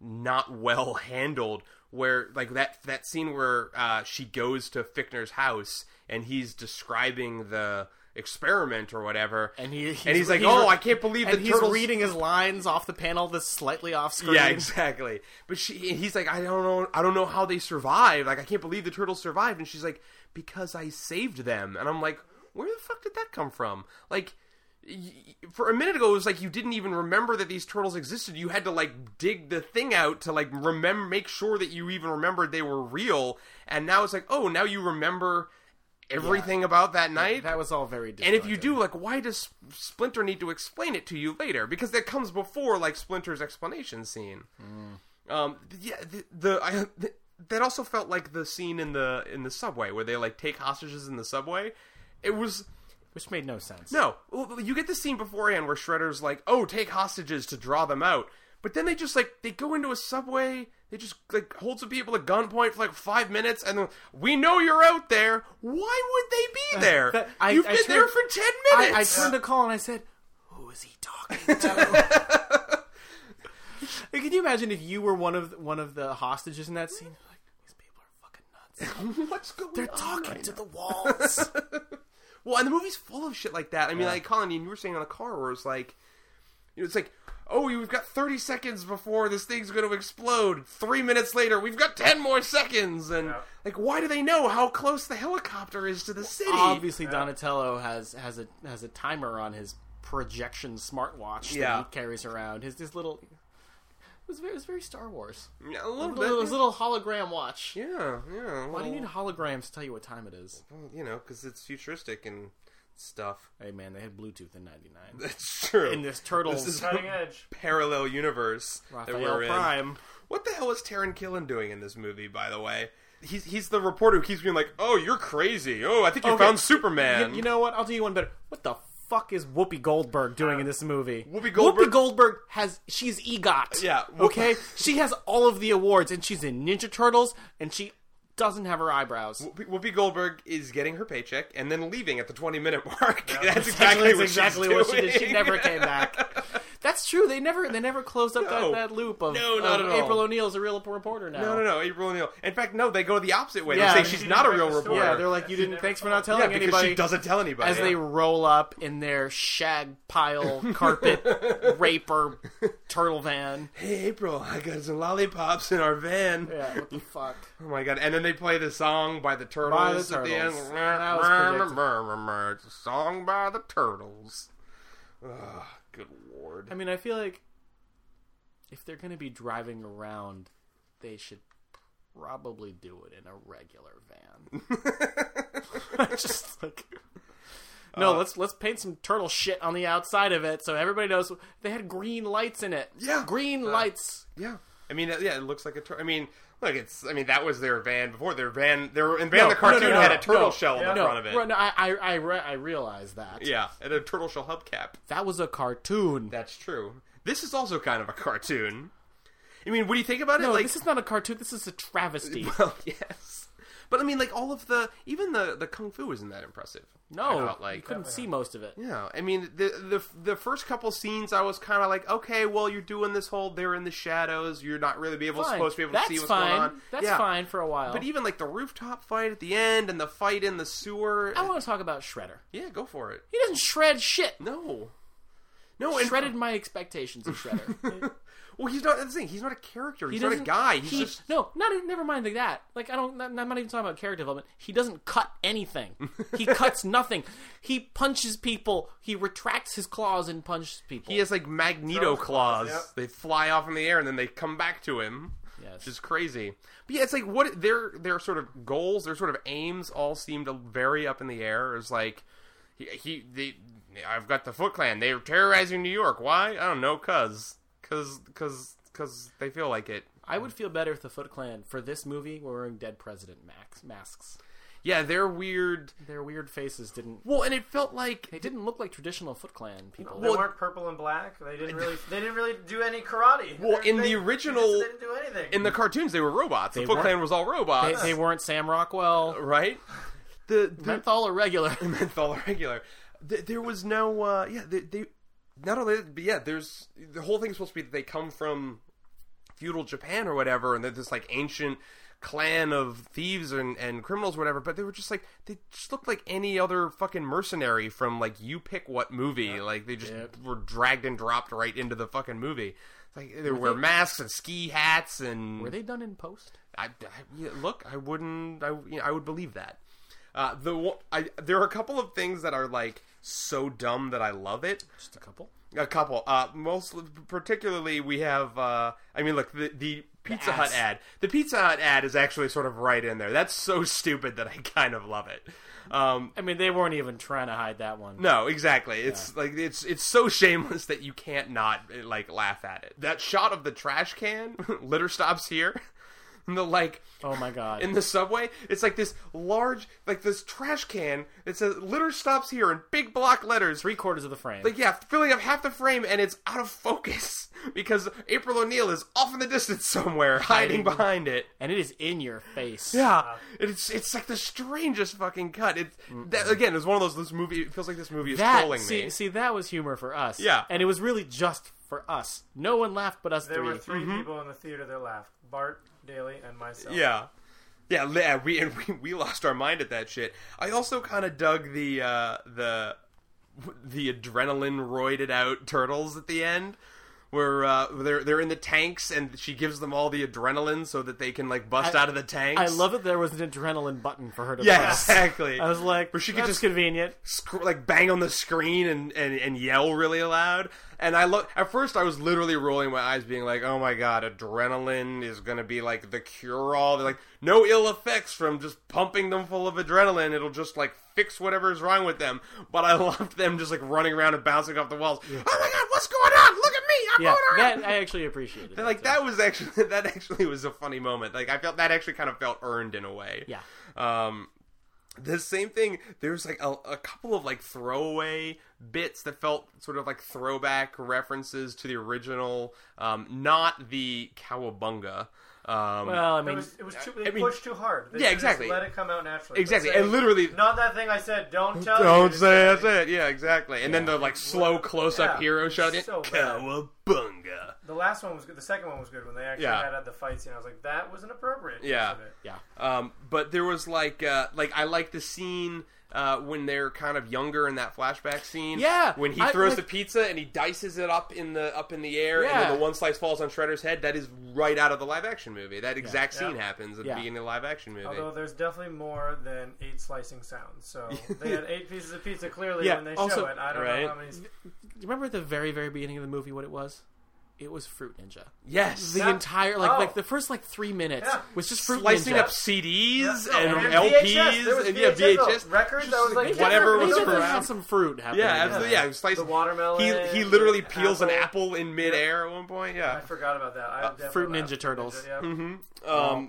not well handled. Where like that that scene where uh, she goes to Fichtner's house and he's describing the experiment or whatever, And he and he's like, "Oh, I can't believe and the he's turtles reading his lines off the panel that's slightly off screen. Yeah, exactly. But she, and he's like, I don't know, I don't know how they survived. Like, I can't believe the turtles survived. And she's like, because I saved them. And I'm like, where the fuck did that come from? Like, y- for a minute ago, it was like you didn't even remember that these turtles existed. You had to like dig the thing out to like remember, make sure that you even remembered they were real. And now it's like, oh, now you remember everything about that night. That was all very And if you do, like, why does Splinter need to explain it to you later? Because that comes before like Splinter's explanation scene. Um, but yeah, the, the, I, th that also felt like the scene in the in the subway where they like take hostages in the subway. It was which made no sense. no, well, you get the scene beforehand where Shredder's like, "Oh, take hostages to draw them out," but then they just like they go into a subway. They just like hold some people at gunpoint for like five minutes, and then we know you're out there. Why would they be there? that- Uh, I- You've I been there turned- for ten I, I minutes. (laughs) turned to call and I said, "Who is he talking to?" (laughs) Like, Can you imagine if you were one of one of the hostages in that scene? Like, these people are (laughs) fucking nuts. Oh, What's going They're on? talking right to now? the (laughs) walls. Well, and the movie's full of shit like that. I mean, like Colin, you were saying on the car where it's like, you know, it's like, oh, we've got thirty seconds before this thing's going to explode. Three minutes later, we've got ten more seconds, and Yeah. like, why do they know how close the helicopter is to the city? Obviously, Donatello has has a has a timer on his projection smartwatch that Yeah. he carries around. His this little was very, it was very Star Wars. Yeah, a little It was a bit. little hologram watch. Yeah, yeah. Why do you need well, holograms to tell you what time it is? You know, because it's futuristic and stuff. (laughs) Hey man, they had Bluetooth in '99. That's true. In this turtles This is- (laughs) Cutting edge. parallel universe that Raphael we're in. Prime. What the hell is Taron Killen doing in this movie, by the way? He's, he's the reporter who keeps being like, oh, you're crazy. Oh, I think you Okay. found Superman. You, you know what? I'll do you one better. What the fuck is Whoopi Goldberg doing in this movie? Whoopi Goldberg- Whoopi Goldberg has she's EGOT. Yeah, Whoop- Okay. she has all of the awards, and she's in Ninja Turtles, and she doesn't have her eyebrows. Whoopi- Whoopi Goldberg is getting her paycheck and then leaving at the 20 minute mark. (laughs) That's Actually, exactly, that's what, exactly she's what she did. She doing. never came back. That's true. They never they never closed up No. that, that loop of, No, not of at all. April O'Neil's a real reporter now. (laughs) No, no, no. April O'Neil. In fact, no, they go the opposite way. Yeah, they say she she's didn't not a break real the reporter. story. Yeah, they're like you She didn't. never Thanks for told not telling Yeah, because anybody. she doesn't tell anybody. as they roll up in their shag (laughs) pile carpet raper turtle van. hey, April, I got some lollipops in our van. Yeah, what the fuck? Oh my god! And then they play the song by the Turtles, By the at the end. Turtles. That was predictable. It's a song by the Turtles. Ugh, good lord! I mean, I feel like if they're gonna be driving around, they should probably do it in a regular van. (laughs) (laughs) Just like. No, Uh, let's let's paint some turtle shit on the outside of it so everybody knows they had green lights in it. Yeah. Uh, green lights. Yeah, I mean, yeah, it looks like a. Tur- I mean, look, it's. I mean, that was their van before their van. Their van, the cartoon no, no, had a no, turtle no, shell in yeah. the No, front of it. right, no, I I I, re- I realize that. Yeah, and a turtle shell hubcap. That was a cartoon. That's true. This is also kind of a cartoon. I mean, what do you think about it? No, Like, this is not a cartoon. This is a (laughs) travesty. well, yes. But I mean, like all of the, even the the kung fu isn't that impressive. I No, felt you couldn't see most of it. Yeah, I mean the the the first couple scenes, I was kind of like, okay, well, you're doing this whole they're in the shadows, you're not really be able Fine. supposed to be able That's to see what's fine. going on. That's Yeah. fine for a while. But even like the rooftop fight at the end and the fight in the sewer, I want to talk about Shredder. yeah, go for it. He doesn't shred shit. No, no, and Shredded my expectations of (laughs) Shredder. Well, he's not that's the thing. He's not a character. He's not a doesn't- guy. He's he- just no, not even- never mind like that. Like I don't. I'm not even talking about character development. He doesn't cut anything. (laughs) He cuts nothing. He punches people. He retracts his claws and punches people. he has like magneto Those claws. claws, yep. They fly off in the air and then they come back to him. Yes. Which is crazy. But yeah, it's like what their their sort of goals, their sort of aims all seem to vary up in the air. It's like he, he they, I've got the Foot Clan. They're terrorizing New York. Why? I don't know. Cause cause cause cause they feel like it. I would feel better if the Foot Clan for this movie were wearing dead president max- masks. Yeah, they're weird. Their weird faces didn't. Well, and it felt like They didn't look like traditional Foot Clan people. They weren't purple and black. They didn't (laughs) really. They didn't really do any karate. Well, They- in the they- original- they didn't do anything. in the cartoons they were robots. the Foot weren't- Clan was all They, robots, they weren't Sam Rockwell, right? The, the menthol or regular. (laughs) menthol regular. Th- there was no, uh, yeah, they, they not only, that, but yeah, there's the whole thing's supposed to be that they come from feudal Japan or whatever, and they're this like ancient clan of thieves and, and criminals, or whatever. But they were just like they just looked like any other fucking mercenary from like you pick what movie. Like they just Yep. were dragged and dropped right into the fucking movie. It's Like they wear masks and ski hats (laughs) and Were they done in post? I, I- yeah, look, I wouldn't. I, you know, I would believe that. Uh, the one- I, there are a couple of things that are like so dumb that I love it. Just a couple. A couple. Uh, most particularly, we have. Uh, I mean, look the the Pizza Hut ass. ad. The Pizza Hut ad is actually sort of right in there. That's so stupid that I (laughs) kind of love it. Um, I mean, they weren't even trying to hide that one. no, exactly. It's like it's it's so shameless that you can't not like laugh at it. That shot of the trash can (laughs) litter stops here. (laughs) And the like Oh my god. in the subway. It's like this large, like this trash can that says "litter stops here" in big block letters. Three quarters of the frame. Like yeah, filling up half the frame, and it's out of focus (laughs) because April O'Neil is off in the distance somewhere, Hiding. hiding behind it. and it is in your face. Yeah, it's it's like the strangest fucking cut. It that, again is one of those this movie. It feels like this movie is That trolling see, me. see that was humor for us. Yeah. And it was really just for us. No one laughed but us there three. were 3 people in the theater that laughed: Bart, Daly, and myself. Mm-hmm. Yeah. Yeah, li- yeah, we (laughs) and we, we lost our mind at that shit. I also kind of dug the uh, the the adrenaline roided out turtles at the end, where uh, they're they're in the tanks and she gives them all the adrenaline so that they can like bust I- out of the tanks. I love that there was an adrenaline button for her to (laughs) Yeah, press. exactly. I was like, Where she could that's just- convenient. sc- like bang on the screen and, and, and yell really loud. And I look at first I was literally rolling my eyes, being like, "Oh my god, adrenaline is gonna be like the cure all." They're like, "No ill effects from just pumping them full of adrenaline. It'll just like fix whatever's wrong with them." But I (laughs) loved them just like running around and bouncing off the walls. Oh my god, what's going on? Look at me! (laughs) I'm Yeah, going around. that I actually appreciated. And, like that was actually (laughs) that actually was a funny moment. Like I felt that actually kind of felt earned in a way. Yeah. Um, the same thing. There's like a, a couple of like throwaway bits that felt sort of like throwback references to the original. Um, not the cowabunga. Um, Well, I It mean, was, it was too, I they mean- pushed too hard. They Yeah, just exactly. Let it come out naturally. Exactly, But say, and literally- not that thing I said. Don't tell. you don't to say that's it. Yeah, exactly. And then the like slow close up Yeah, hero it's shot. in. so bad. cowabunga. The last one was good. The second one was good when they actually Yeah. had, had the fight scene. I was like, that was an appropriate. use Yeah. of it. yeah, Um, but there was like uh, like I like the scene uh, when they're kind of younger in that flashback scene. Yeah, when he I- throws like- the pizza and he dices it up in the up in the air, and Yeah. then the one slice falls on Shredder's head. That is right out of the live action movie. That exact Yeah. scene happens at Yeah. the beginning of the live action movie. Although there's definitely more than eight slicing sounds. (laughs) So they had eight pieces of pizza clearly Yeah, when they also- show it. I don't Right. know how many. you remember at the very, very beginning of the movie what it was? It was Fruit Ninja. yes, The Yeah. entire like Oh. like the first like three minutes Yeah. was just Fruit slicing Ninja. up CDs Yeah. and, And VHS. There was LPs and yeah VHS VHS records. Just That was, like, They whatever definitely- was they definitely around. had some fruit happening. Yeah, absolutely. Yeah, slice The watermelon, He he literally the peels an apple. apple in midair at one point. Yeah, I forgot about that. Uh, I definitely Fruit laughed. Ninja Turtles. (laughs) Yeah. Um,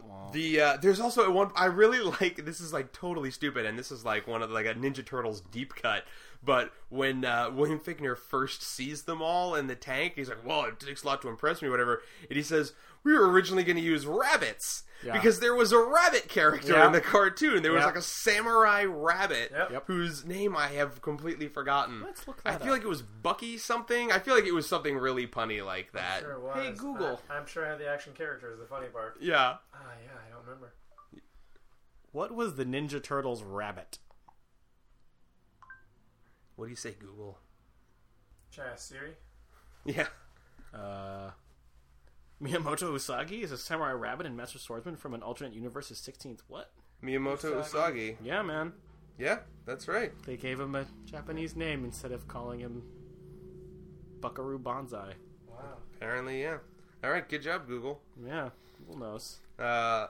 Oh, the uh, there's also a one I really (laughs) like. This is like totally stupid, and this is like one of the, like a Ninja Turtles deep cut. But when uh, William Fickner first sees them all in the tank, he's like, "Well, it takes a lot to impress me, whatever." And he says, "We were originally going to use rabbits Yeah. because there was a rabbit character Yeah. in the cartoon. There was Yeah. like a samurai rabbit Yep. Yep. whose name I have completely forgotten. Let's look I that feel up. like it was Bucky something. I feel like it was something really punny like that. Sure was. Hey, Google. I, am sure I had the action characters. The funny part. Yeah. Ah, yeah, I don't remember. What was the Ninja Turtles rabbit? What do you say, Google? Should I ask Siri? (laughs) Yeah. Uh, Miyamoto Usagi is a samurai rabbit and master swordsman from an alternate universe's 16th. What? Miyamoto Usagi. Yeah, man. Yeah, that's right. They gave him a Japanese name instead of calling him Buckaroo Banzai. Wow. Apparently, yeah. All right, good job, Google. Yeah, Google knows. Uh,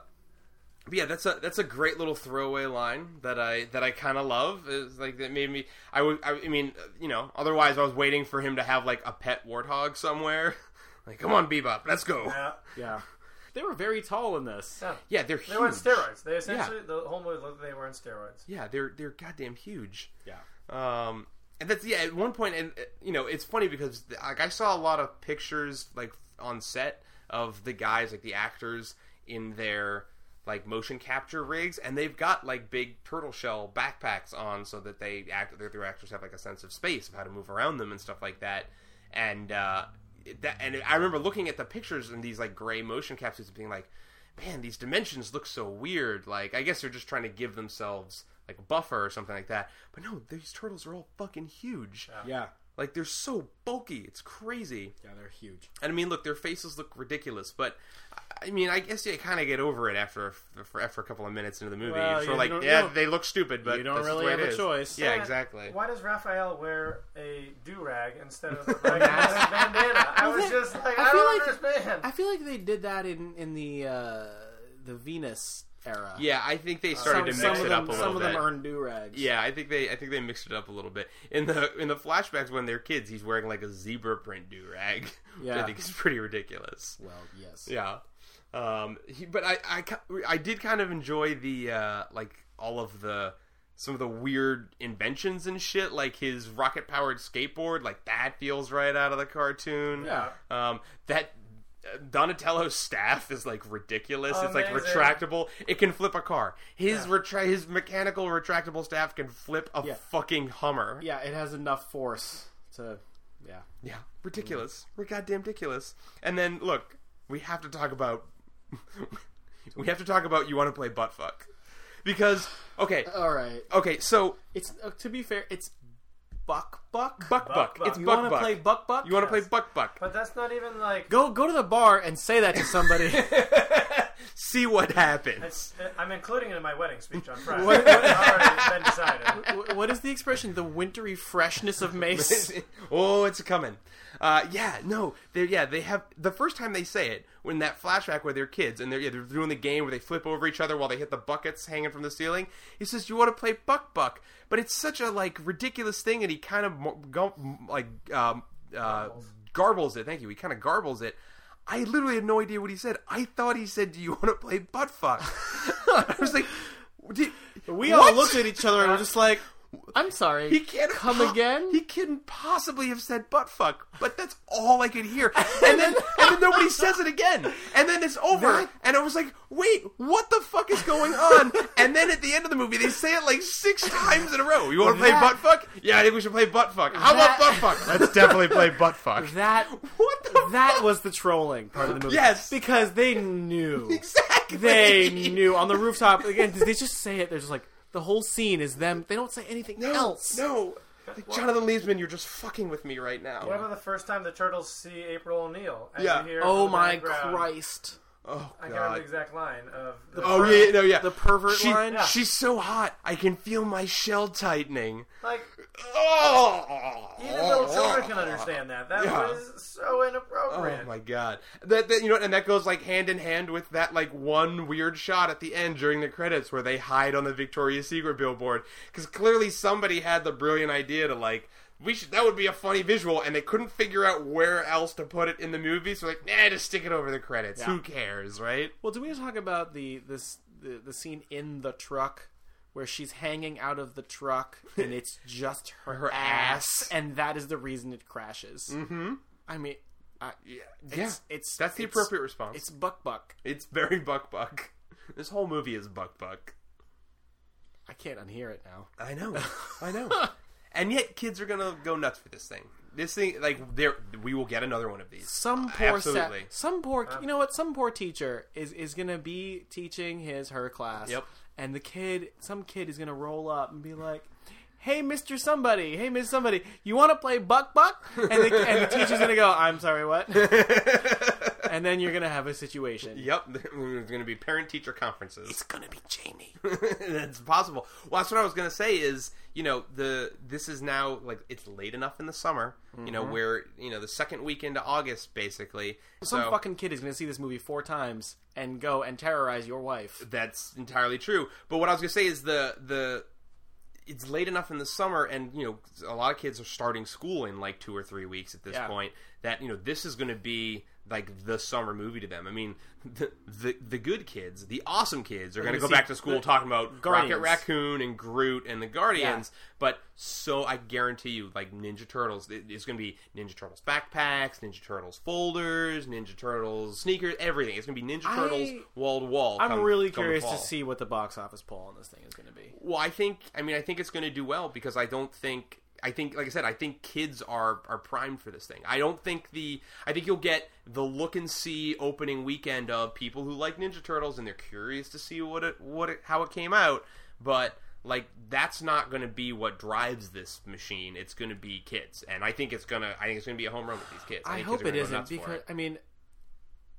but yeah, that's a that's a great little throwaway line that I that I kind of love. Is like that made me. I would. I, I mean, uh, you know. Otherwise, I was waiting for him to have like a pet warthog somewhere. (laughs) Like, come on, Bebop, let's go. Yeah. Yeah. They were very tall in this. Yeah. Yeah, they're They were on huge. steroids. They essentially the whole movie looked like they were on steroids. Yeah, they're they're goddamn huge. Yeah. Um, and that's yeah. At one point, and uh, you know, it's funny because like I saw a lot of pictures like on set of the guys, like the actors in their like motion capture rigs, and they've got like big turtle shell backpacks on so that they act that their actors have like a sense of space of how to move around them and stuff like that. And uh, it- that and I remember looking at the pictures in these like gray motion capsules and being like. Man, these dimensions look so weird. Like, I guess they're just trying to give themselves like a buffer or something like that. But no, these turtles are all fucking huge. Yeah. Like they're so bulky, it's crazy. Yeah, they're huge. And I mean, look, their faces look ridiculous, but I- I mean, I guess you kind of get over it after a, for, after a couple of minutes into the movie. Well, It's sort of you like, don't- you yeah, don't- they look stupid, but you don't that's just really the way have it a is. choice. Yeah, Yeah. exactly. Why does Raphael wear a do rag instead of a regular bandana? I was that- just like, I I, feel don't like- understand. I feel like they did that in in the uh, the Venus era. Yeah, I think they started Uh, some, to mix some it of up them, a little Some bit. of them earn do rags. Yeah, I think they I think they mixed it up a little bit. In the in the flashbacks when they're kids, he's wearing like a zebra print do (laughs) rag, which I Yeah. think is pretty ridiculous. Well, yes. Yeah. Um, he, but I, I, ki- I did kind of enjoy the, uh, like, all of the, some of the weird inventions and shit, like his rocket powered skateboard, like, that feels right out of the cartoon. Yeah. Um, that uh, Donatello's staff is, like, ridiculous. It's, Amazing. like, retractable. It can flip a car. His, retra- his mechanical retractable staff can flip a Yeah. fucking Hummer. Yeah, it has enough force to. Yeah. Yeah, ridiculous. We're goddamn ridiculous. And then look, we have to talk about (laughs) we have to talk about you want to play butt fuck because okay, Uh, All right. okay, so It's uh, to be fair, it's Buck Buck? Buck Buck. Buck Buck. It's you Buck wanna Buck. play Buck Buck? You want to Yes. play Buck Buck? But that's not even like. Go go to the bar and say that to somebody. (laughs) See what happens. It's, uh, I'm including it in my wedding speech on Friday. what, already been decided. Wh- what is the expression? The wintry freshness of (laughs) Mace. oh, it's coming. Uh, yeah, no, they yeah they have the first time they say it when that flashback where they're kids and they're yeah, they're doing the game where they flip over each other while they hit the buckets hanging from the ceiling. He says, "You want to play buck buck?" But it's such a like ridiculous thing, and he kind of mo- go, like um, uh, garbles it. Thank you. He kind of garbles it. I literally had no idea what he said. I thought he said, "Do you want to play butt fuck?" (laughs) I was like, "Did- We what?" all looked at each other and were just like, "I'm sorry, He can't come po- again." He couldn't possibly have said butt fuck, but that's all I could (laughs) hear. And then and then nobody says it again. And then it's over. and I was like, wait, what the fuck is going on? and then at the end of the movie, they say it like six times in a row. You want to play That- butt fuck? Yeah, I think we should play butt fuck. How That- about (laughs) butt fuck? Let's definitely play butt fuck. that (laughs) What the that fuck? was the trolling part of the movie. Yes. because they knew. (laughs) exactly They knew on the rooftop again. They just say it. They're just like the whole scene is them. They don't say anything no, else. No. Like, Jonathan Leesman, you're just fucking with me right now. What about the first time the turtles see April O'Neil? And Yeah. You hear Oh from the my background- Christ! Oh, I God. can't remember the exact line of. The Oh yeah, no, yeah. The pervert she, line? Yeah. She's so hot, I can feel my shell tightening. Like Oh, even little children can understand that. That Yeah. was so inappropriate. Oh my god! That, that you know, and that goes like hand in hand with that like one weird shot at the end during the credits where they hide on the Victoria's Secret billboard because clearly somebody had the brilliant idea to like we should that would be a funny visual, and they couldn't figure out where else to put it in the movie, so like nah, just stick it over the credits. Who cares, right? Well, do we talk about the this the, the scene in the truck where she's hanging out of the truck and it's just her, Her ass, ass. and that is the reason it crashes. Mm-hmm. I mean, I, Yeah, it's, it's that's the it's- appropriate response. It's buck buck. It's very buck buck. This whole movie is buck buck. I can't unhear it now. I know, I know. (laughs) and yet, kids are gonna go nuts for this thing. This thing, like, there, we will get another one of these. Some poor sa- Absolutely. some poor you know what some poor teacher is is going to be teaching his her class. Yep. And the kid some kid is going to roll up and be like Hey, Mister Somebody! Hey, Miss Somebody! You want to play Buck Buck? And the, and the teacher's gonna go. I'm sorry, (laughs) what? and then you're gonna have a situation. Yep, (laughs) there's gonna be parent-teacher conferences. It's gonna be Jamie. (laughs) that's possible. Well, that's what I was gonna say. Is you know the this is now like it's late enough in the summer. You Mm-hmm. know where you know the second weekend of August basically. Some so fucking kid is gonna see this movie four times and go and terrorize your wife. that's entirely true. But what I was gonna say is the the it's late enough in the summer, and you know a lot of kids are starting school in like two or three weeks at this Yeah. point. That you know this is gonna be like the summer movie to them. I mean, the the, the good kids, the awesome kids, are gonna gonna go see back to school the talking about Guardians. Rocket Raccoon and Groot and the Guardians. But so I guarantee you, like Ninja Turtles, it- it's gonna be Ninja Turtles backpacks, Ninja Turtles folders, Ninja Turtles sneakers, everything. It's gonna be Ninja I- Turtles wall to wall. I'm come- really come the curious to fall. see what the box office poll on this thing is gonna be. Well, I think I mean I think it's going to do well because I don't think I think like I said I think kids are are primed for this thing. I don't think the I think you'll get the look and see opening weekend of people who like Ninja Turtles and they're curious to see what it what it, how it came out, but like that's not going to be what drives this machine. It's going to be kids, and I think it's gonna I think it's going to be a home run with these kids. I, think hope kids are it gonna go isn't nuts for because it. I mean,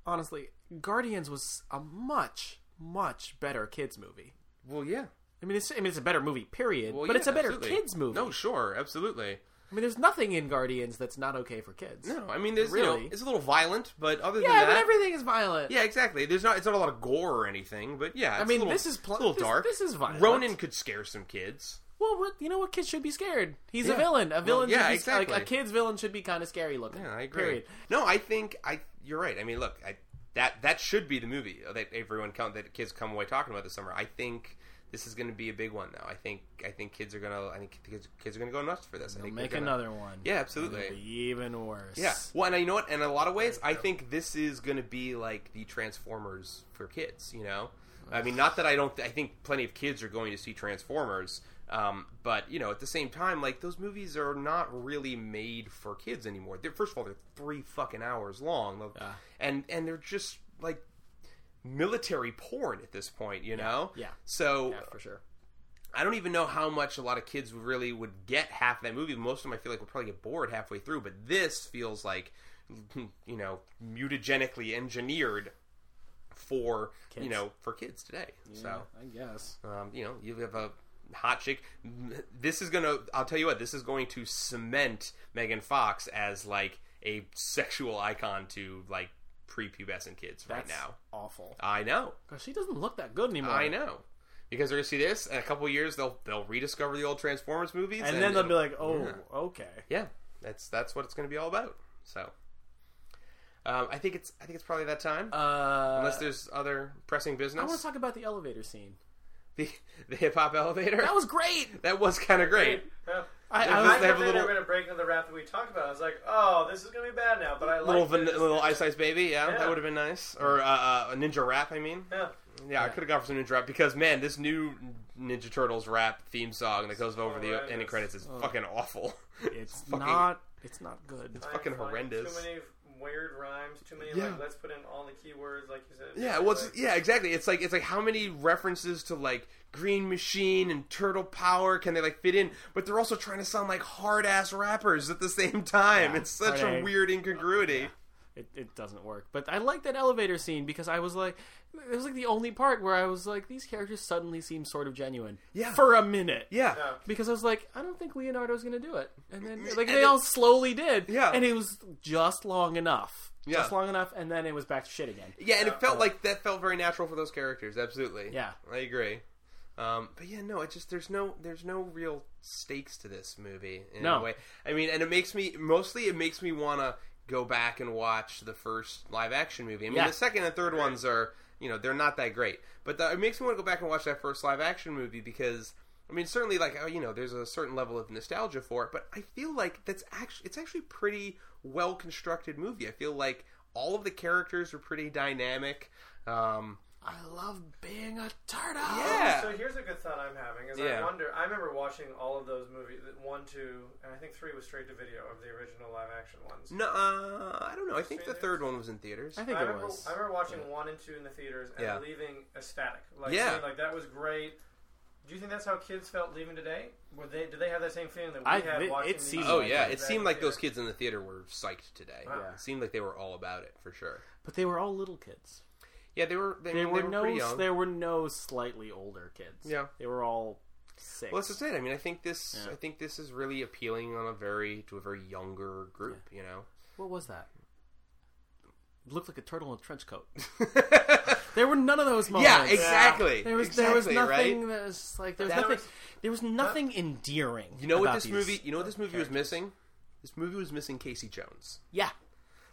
honestly, Guardians was a much much better kids movie. well, yeah. I mean, it's I mean it's a better movie, period. Well, but yeah, it's a better absolutely. kids movie. No, sure, absolutely. I mean, there's nothing in Guardians that's not okay for kids. No, I mean, there's you Really? know, it's a little violent, but other than Yeah, that, but everything is violent. Yeah, exactly. There's not it's not a lot of gore or anything, but yeah, it's I mean, a little, this is pl- it's a little this- dark. This is violent. Ronan could scare some kids. Well, what- you know what? Kids should be scared. He's a Yeah. villain. A Well, villain. yeah, should be, exactly. Like, a kid's villain should be kind of scary looking. Yeah, I agree. Period. No, I think I you're right. I mean, look, I, that that should be the movie that everyone come that kids come away talking about this summer. I think this is going to be a big one though. I think I think kids are going to I think kids, kids are going to go nuts for this. I think they're Make gonna- another one. Yeah, absolutely. It'll be even worse. Yeah. Well, and I you know what? In a lot of ways, I think this is going to be like the Transformers for kids. You know, I mean, not that I don't. I think plenty of kids are going to see Transformers, um, but you know, at the same time, like those movies are not really made for kids anymore. They're, first of all, they're three fucking hours long, and and they're just like military porn at this point. You know. Yeah. So Yeah, for sure. I don't even know how much a lot of kids really would get half that movie. Most of them, I feel like, would probably get bored halfway through. But this feels like, (laughs) you know, mutagenically engineered for Kids. you know for kids today. So I guess. um, you know, you have a hot chick. This is gonna. I'll tell you what. This is going to cement Megan Fox as like a sexual icon to like prepubescent kids right That's now. awful. I know. Cause she doesn't look that good anymore. I know. Because they're gonna see this in a couple of years, they'll they'll rediscover the old Transformers movies, And then they'll it'll- be like, "Oh, okay." yeah, that's that's what it's gonna be all about. So, um, I think it's I think it's probably that time. Uh, Unless there's other pressing business, I want to talk about the elevator scene. the, the hip hop elevator. That was great. (laughs) that was kind of great. Yeah. I, There I was was they I have a kept thinking they little- were going to break into the rap that we talked about. I was like, oh, this is going to be bad now, but I like little this. van- little ice ice baby. Yeah, Yeah. that would have been nice. Or uh, uh, a ninja rap. I mean, Yeah. yeah, I could have gone for some ninja rap because man, this new Ninja Turtles rap theme song that goes Oh, over the Horrendous. ending credits is fucking awful. (laughs) it's fucking- not. It's not good. I fucking find horrendous. Too many weird rhymes. Too many Yeah. like let's put in all the keywords, like you said. Yeah, well, it's, e- Like, yeah, exactly. It's like it's like how many references to like Green Machine and Turtle Power can they like fit in? But they're also trying to sound like hard ass rappers at the same time. Yeah, it's such a heartache. weird incongruity. It, it doesn't work. But I like that elevator scene because I was like, it was like the only part where I was like, these characters suddenly seem sort of genuine. Yeah. For a minute. Yeah, yeah. Because I was like, I don't think Leonardo's going to do it, and then like And they it- all slowly did. Yeah. And it was just long enough. Yeah. Just long enough, and then it was back to shit again. yeah, and it felt like that felt very natural for those characters. Absolutely. Yeah. I agree. Um, but yeah, no, it just there's no there's no real stakes to this movie in No. a way. I mean, and it makes me mostly it makes me want to go back and watch the first live action movie. I mean, Yeah. the second and third ones are you know they're not that great, but the, it makes me want to go back and watch that first live action movie because. I mean, certainly, like oh, you know, there's a certain level of nostalgia for it, but I feel like that's actually it's actually pretty well constructed movie. I feel like all of the characters are pretty dynamic. Um, I love being a turtle. Yeah. Oh, So here's a good thought I'm having is Yeah. I wonder. I remember watching all of those movies, one, two, and I think three was straight to video of the original live action ones. No, uh, I don't know. I think the Strangers? third one was in theaters. I think I it remember, was. I remember watching one and two in the theaters and Yeah. leaving ecstatic. Like, Yeah. saying, like that was great. Do you think that's how kids felt leaving today? Were they? Did they have that same feeling that we I- had it- watching? it these seemed Oh like movies yeah, back it in seemed the like those theater? kids in the theater were psyched today. Wow. Yeah. It seemed like they were all about it for sure. But they were all little kids. Yeah, they were. They, There they were were no. pretty young. There were no slightly older kids. Yeah. They were all six. Well, that's just it. I mean, I think this. Yeah. I think this is really appealing on a very to a very younger group. You know. What was that? Looked like a turtle in a trench (laughs) coat. There were none of those moments. yeah, exactly. Oh, There was exactly, there was nothing Right? that was just like there was That nothing was- uh, there was nothing endearing. You know what about this these- movie? You know what this movie was missing? This movie was missing Casey Jones. Yeah,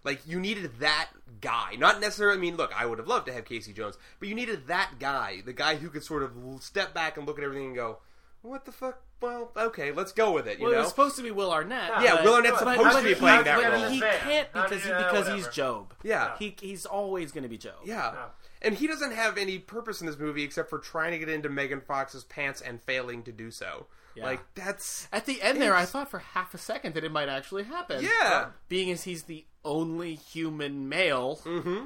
Like you needed that guy. Not necessarily. I mean, look, I would have loved to have Casey Jones, but you needed that guy, the guy who could sort of l- step back and look at everything and go, "What the fuck? Well, okay, let's go with it." You well, it know? was supposed to be Will Arnett. Yeah, but- Will Arnett's but- supposed but to be he- playing that but role. He Fan. can't How do because he, you- uh, because he's whatever. Job. Yeah. he he's always going to be Job. yeah. Yeah. And he doesn't have any purpose in this movie except for trying to get into Megan Fox's pants and failing to do so. Yeah. Like that's At the end there, I It's- thought for half a second that it might actually happen. Yeah. being as he's the only human male. Mm-hmm.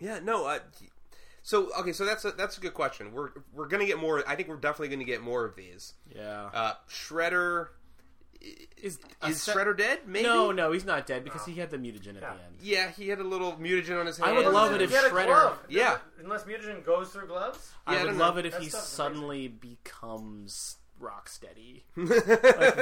yeah no. Uh, so okay, so that's a, that's a good question. We're we're gonna get more. I think we're definitely gonna get more of these. Yeah, Uh, Shredder is is Shredder dead? Maybe No, no, he's not dead because he had the mutagen at the end. Yeah, he had a little mutagen on his hand. I would love it if He had a Shredder- glove. Yeah. Unless Mutagen goes through gloves. Yeah, I I would don't love know. it if That he stuff's suddenly becomes (laughs) Rocksteady. like,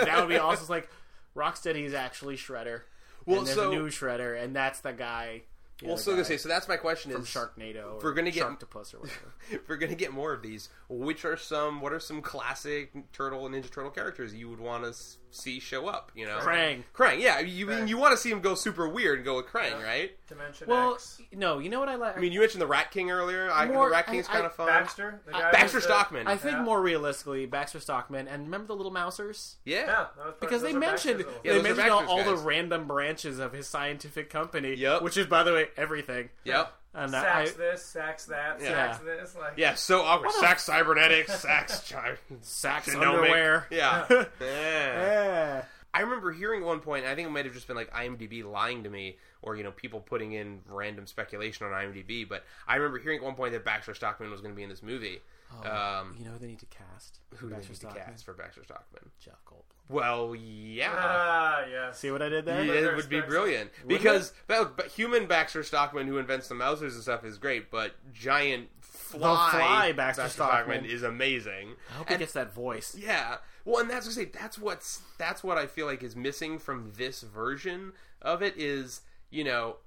that would be awesome. It's Like Rocksteady is actually Shredder. Well, and there's so- a new Shredder, and that's the guy. the Well, other so I guy was gonna say. So that's my question: from is Sharknado. Or we're gonna get- Sharktopus or (laughs) whatever. if we're gonna get more of these, which are some? What are some classic turtle and Ninja Turtle characters you would want to see show up? You know, Krang. Krang. Yeah, you Krang. you want to see him go super weird and go with Krang, right? Dimension well, X. no, you know what I like. I mean, you mentioned the Rat King earlier. I, More- the Rat I- King's I- kind of fun. Baxter. The guy with Baxter the- Stockman. I think Yeah. more realistically, Baxter Stockman, and remember the Little Mousers. yeah. Yeah, that was Because they mentioned, Yeah, they those are mentioned all, Baxter's all the guys. random branches of his scientific company, Yep. which is, by the way, everything. Yep. And I, sacks this, sacks that, Yeah. sacks this. Like, Yeah. So oh, awkward. Sax cybernetics. Sax. chi- sacks (laughs) genomic. underwear. Yeah. yeah. Yeah. I remember hearing at one point, I think it might have just been like IMDb lying to me, or you know, people putting in random speculation on IMDb. But I remember hearing at one point that Baxter Stockman was going to be in this movie. Oh, um, You know who they need to cast? who did they Baxter need to Stockman? cast for Baxter Stockman? Jeff Goldblum. Well, yeah. Ah, yes. See what I did there? Yeah, they're it would be expensive. brilliant because but, but human Baxter Stockman, who invents the Mausers and stuff, is great. But giant fly, fly Baxter Stockman. Oh, is amazing. I hope he gets that voice. Yeah. Well, and that's what I say. That's what's that's what I feel like is missing from this version of it is you know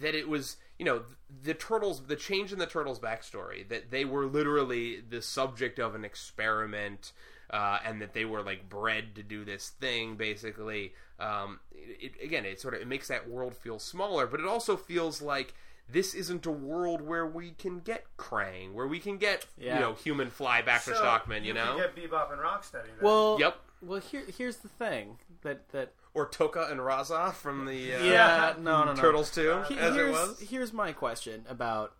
that it was you know the turtles the change in the turtles backstory that they were literally the subject of an experiment uh, and that they were like bred to do this thing basically um, it, it- again it sort of it makes that world feel smaller but it also feels like this isn't a world where we can get Krang, where we can get Yeah. you know human fly back So to Stockman, you, could know, get Bebop and Rocksteady. Then. Well, Yep. Well, here, here's the thing that that or Toka and Raza from the uh, yeah, (laughs) no, no, no. Turtles too, He- as it here's, was. here's my question about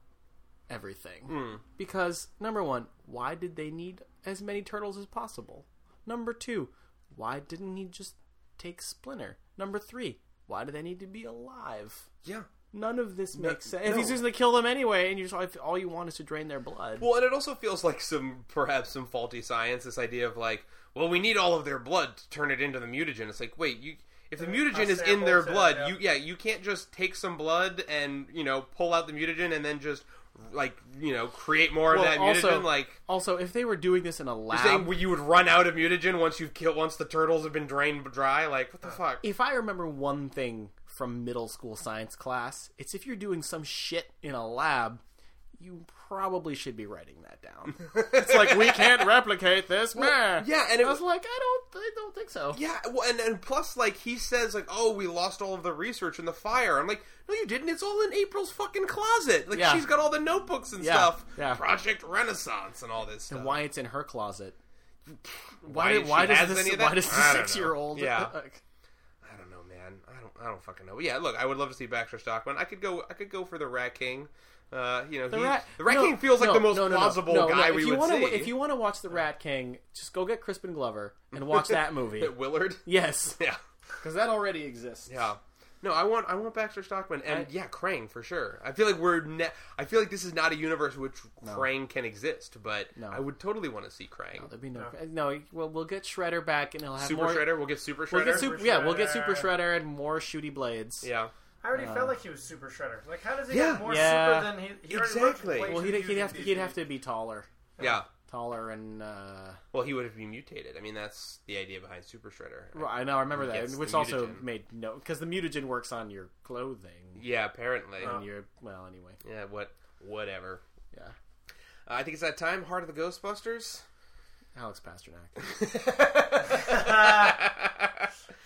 everything. Hmm. Because number one, why did they need as many turtles as possible? Number two, why didn't he just take Splinter? Number three, why do they need to be alive? Yeah. None of this makes sense. If no. he's just gonna kill them anyway, and you just, if all you want is to drain their blood. Well, and it also feels like some perhaps some faulty science. This idea of like, well, we need all of their blood to turn it into the mutagen. It's like, wait, you. If the Uh, mutagen is in their samples, yeah, blood, yeah. you yeah, you can't just take some blood and you know pull out the mutagen and then just like you know create more Well, of that also- um, mutagen. Like also, if they were doing this in a lab, saying well, you would run out of mutagen once you've killed once the turtles have been drained dry. Like Uh, what the fuck? if I remember one thing from middle school science class, it's if you're doing some shit in a lab, you probably should be writing that down. (laughs) it's like we can't replicate this, man. yeah, and it I was was- like, I don't, I don't think so. Yeah, well, and and plus, like he says, like, oh, we lost all of the research in the fire. I'm like, no, you didn't. It's all in April's fucking closet. Like Yeah. she's got all the notebooks and Yeah, stuff. yeah. Project Renaissance and all this stuff. Why it's in her closet? Why Why? she Why does has this? any of that? Why does the I don't know. six-year-old? Yeah, I don't know, man. I don't. I don't fucking know. But yeah, look, I would love to see Baxter Stockman. I could go. I could go for the Rat King. Uh, you know, The he- Rat, the Rat no, King feels like no, the most no, no, no, plausible no, no. guy if we you would wanna, see. If you want to watch The Rat King, just go get Crispin Glover and (laughs) watch that movie. (laughs) Willard, (laughs) Yes, yeah, because that already exists. Yeah. No, I want I want Baxter Stockman and yeah, Krang for sure. I feel like we're ne- I feel like this is not a universe which Krang can exist, but No. I would totally want to see Krang. There'd be no, Uh, no. Well, we'll get Shredder back, and he'll have Super more. Shredder, we'll get Super Shredder. We'll get super, yeah, we'll get Shredder. Super Shredder and more shooty blades. yeah. I already felt like he was Super Shredder. Like, how does he Uh, Yeah. get more Yeah. super than he? he already looked Exactly. way Well, too he'd, huge he'd have to these he'd have to days. be taller, Yeah. taller, and uh, Well, he would have been mutated. I mean, that's the idea behind Super Shredder. well, I know I remember Yes, that, the which also mutagen. made no because the mutagen works on your clothing Yeah, apparently. and your well anyway. Yeah, what whatever. Uh. Yeah, Uh, I think it's that time Heart of the (laughs) Ghostbusters. (laughs) Alex Pasternak.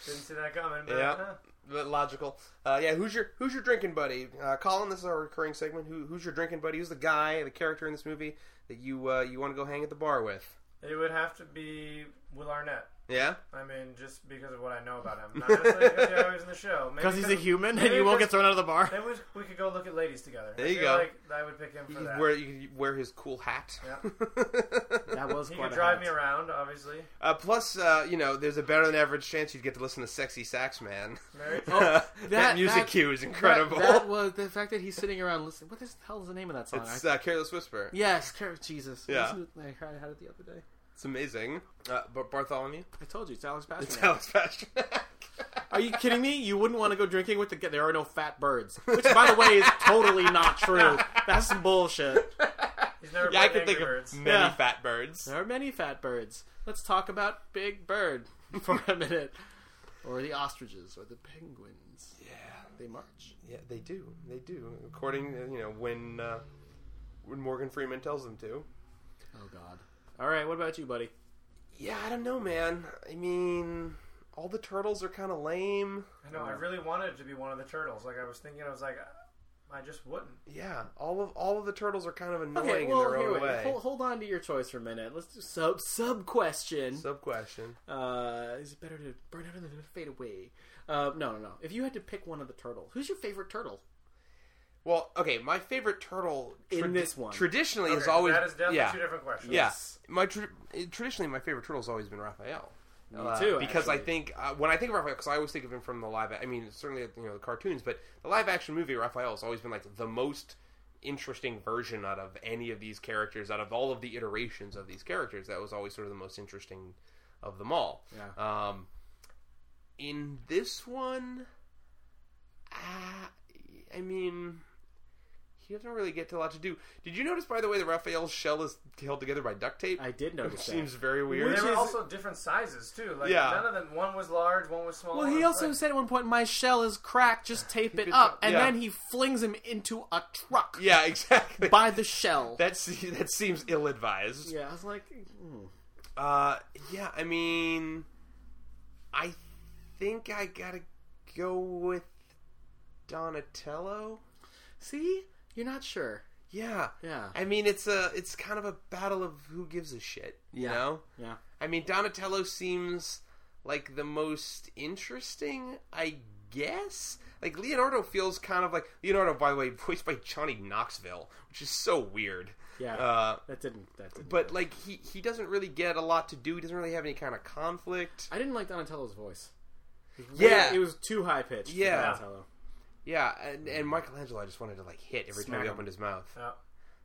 Didn't see that coming. But, Yeah. huh. But logical. Uh, yeah, who's your who's your drinking buddy? Uh, Colin, this is our recurring segment. Who, who's your drinking buddy? Who's the guy, the character in this movie that you uh, you want to go hang at the bar with? It would have to be Will Arnett. Yeah. I mean, just because of what I know (laughs) about him. Not necessarily because yeah, he was in the show. Maybe Because he's a human and maybe you won't get because- thrown out of the bar. Then we, we could go look at ladies together. There I you feel go. Like I would pick him for You that. wear you could wear his cool hat. Yeah. (laughs) That was he quite could a drive hat. me around, obviously. (laughs) uh, plus, uh, you know, there's a better than average chance you'd get to listen to "Sexy Sax Man." (laughs) Very true. that, that- music that- cue (laughs) is That, incredible. that was the fact that he's sitting around listening. What the hell is the name of that song? it's I, uh, "Careless Whisper." yes, Car- Jesus. Yeah. Listen to- I heard- I had it the other day. It's amazing. Uh, Bar- Bartholomew. (laughs) I told you, it's Alex Pasternak. It's Alex Pasternak. Are you kidding me? You wouldn't want to go drinking with the. There are no fat birds, which, by the way, is totally not true. That's some bullshit. He's never yeah, I can played think Angry of Birds. many Yeah. fat birds. There are many fat birds. Let's talk about Big Bird (laughs) for a minute, or the ostriches, or the penguins. Yeah, They march. yeah, they do. They do. According, to, you know, when uh, when Morgan Freeman tells them to. Oh God. All right. What about you, buddy? Yeah, I don't know, man. I mean, all the turtles are kind of lame. I know. I really wanted to be one of the turtles. Like I was thinking, I was like, I just wouldn't. Yeah, all of all of the turtles are kind of annoying Okay. Well, in their here, own wait, way. Hold, hold on to your choice for a minute. Let's do sub sub question. Sub question. uh, is it better to burn out or than to fade away? Uh, no, no, no. If you had to pick one of the turtles, who's your favorite turtle? Well, okay, my favorite turtle In this one. traditionally Okay, has always that is definitely yeah two different questions. yeah Yes. my tra- traditionally my favorite turtle has always been Raphael. Uh, too, because I actually. think uh, when I think of Raphael, because I always think of him from the live. I mean, certainly you know the cartoons, but the live action movie Raphael has always been like the most interesting version out of any of these characters, out of all of the iterations of these characters. That was always sort of the most interesting of them all. Yeah. Um, in this one, ah, I mean. He doesn't really get a lot to do. Did you notice, by the way, that Raphael's shell is held together by duct tape? I did Which notice that. seems very weird. They Which were is- also different sizes too. Like Yeah. none of them. One was large, one was small. Well, one he was- also said at one point, "My shell is cracked. Just tape it up." And Yeah. then he flings him into a truck Yeah, (laughs) exactly. by the shell. That's (laughs) that seems ill advised. yeah, I was like, Uh, yeah. I mean, I think I gotta go with Donatello. "See, you're not sure." Yeah. Yeah. I mean, it's a it's kind of a battle of who gives a shit. You Yeah. know. Yeah. I mean, Donatello seems like the most interesting, I guess. Like Leonardo feels kind of like Leonardo, by the way, voiced by Johnny Knoxville, which is so weird. Yeah. Uh, That didn't. That didn't. but like he he doesn't really get a lot to do. He doesn't really have any kind of conflict. I didn't like Donatello's voice. Yeah. it was too high pitched. Yeah. Yeah, Donatello. Yeah, and, and Michelangelo, I just wanted to like hit every Smack time he him. opened his mouth. Yeah.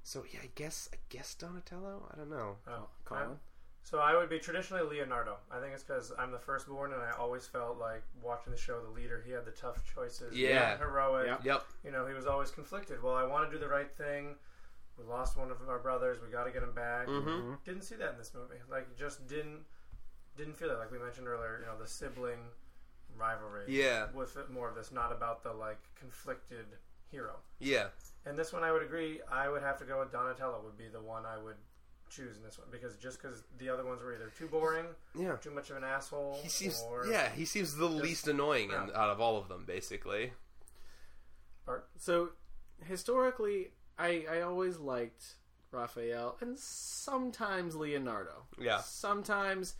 So yeah, I guess I guess Donatello. I don't know. Oh, Colin. I'm- So I would be traditionally Leonardo. I think it's because I'm the firstborn, and I always felt like watching the show, the leader. He had the tough choices. he Yeah. wasn't heroic. Yeah. Yep. You know, he was always conflicted. Well, I want to do the right thing. We lost one of our brothers. We got to get him back. Mm-hmm. Mm-hmm. Didn't see that in this movie. Like, just didn't didn't feel that. Like we mentioned earlier, you know, the sibling rivalry. Yeah. With it more of this, not about the like conflicted hero. Yeah. And this one, I would agree. I would have to go with Donatello. Would be the one I would choose in this one because just because the other ones were either too boring, Yeah. too much of an asshole, He seems or yeah he seems the least annoying in, out of all of them basically. So historically, I I always liked Raphael and sometimes Leonardo. Yeah. Sometimes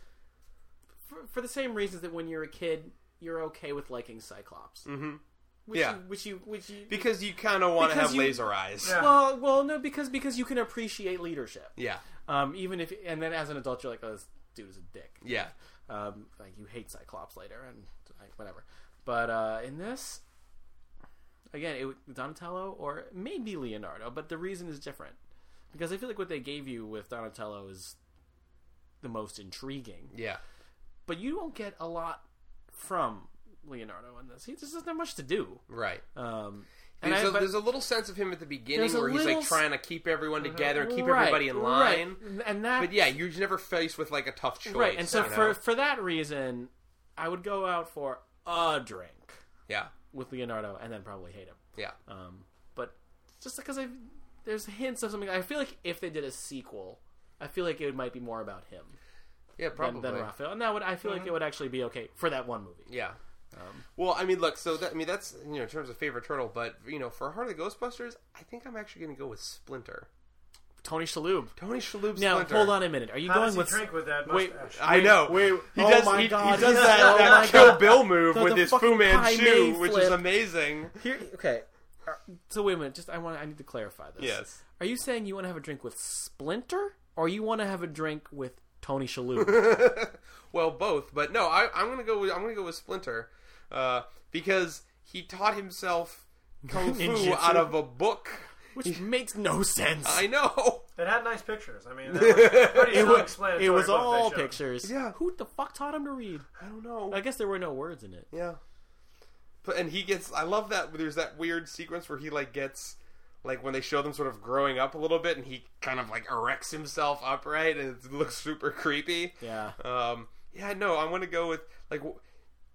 for, for the same reasons that when you're a kid, you're okay with liking Cyclops. Mm-hmm. Which Yeah. You, which you which you Because you kind of want to Because have you- laser eyes. Yeah. well well no because because you can appreciate leadership. Yeah. Um even if and then as an adult you're like oh this dude is a dick. Yeah. Um like you hate Cyclops later and like, whatever. But uh in this again it would- Donatello or maybe Leonardo, but the reason is different. Because I feel like what they gave you with Donatello is the most intriguing. Yeah. but you don't get a lot from Leonardo in this. He just doesn't have much to do. Right. Um, and There's, I, a but- there's a little sense of him at the beginning There's a where he's little like s- Uh-huh. trying to keep everyone together and keep right, everybody in line. right. and that But yeah, you're never faced with like a tough choice. right. And so you know? for for that reason, I would go out for a drink yeah, with Leonardo, and then probably hate him. yeah, Um, but just because I there's hints of something. I feel like if they did a sequel, I feel like it might be more about him yeah, than, probably. than Raphael, and that would I feel Mm-hmm. like it would actually be okay for that one movie. Yeah. Um, well, I mean, look. So that I mean, that's you know in terms of favorite turtle, but you know for Heart of the Ghostbusters, I think I'm actually going to go with Splinter. Tony Shalhoub. Tony Shalhoub. Now Splinter. hold on a minute. Are you How going does he with drink with that Wait, mustache? I know. Wait, he oh does. my he, God, he does yes. that, (laughs) Oh that my Kill God. Bill move The- with the his fucking Fu Manchu, Paimei which is flip. amazing. (laughs) Here, okay. Uh, So wait a minute. Just I want. I need to clarify this. Yes. Are you saying you want to have a drink with Splinter, or you want to have a drink with Tony (laughs) Shalhoub? Well, both, but no, I, I'm gonna go. With, I'm gonna go with Splinter uh, because he (laughs) taught himself kung fu Ninjutsu. out of a book. which makes no sense. (laughs) I know. It had nice pictures. (laughs) I mean, that was pretty it was, self-explanatory it was what they all showed. pictures. Yeah. Who the fuck taught him to read? I don't know. I guess there were no words in it. Yeah. But and he gets I love that there's that weird sequence where he like gets like when they show them sort of growing up a little bit and he kind of like erects himself upright and it looks super creepy. Yeah. Um yeah, no, I want to go with like w-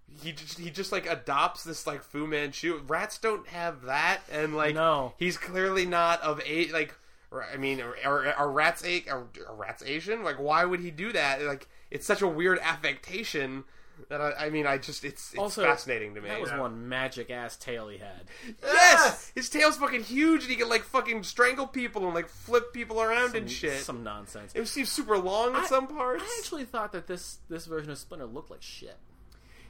he just he just like adopts this like Fu Manchu. Rats don't have that and like No. he's clearly not of a like or- I mean are, are, are rats a are, are rats Asian? Like why would he do that? Like it's such a weird affectation that I, I mean I just it's it's Also, fascinating to me. That was one magic ass tail he had. Yes! His tail's fucking huge and he can like fucking strangle people and like flip people around and (laughs) shit. Some nonsense. It seems super long in I- some parts. I actually thought that this this version of Splinter looked like shit.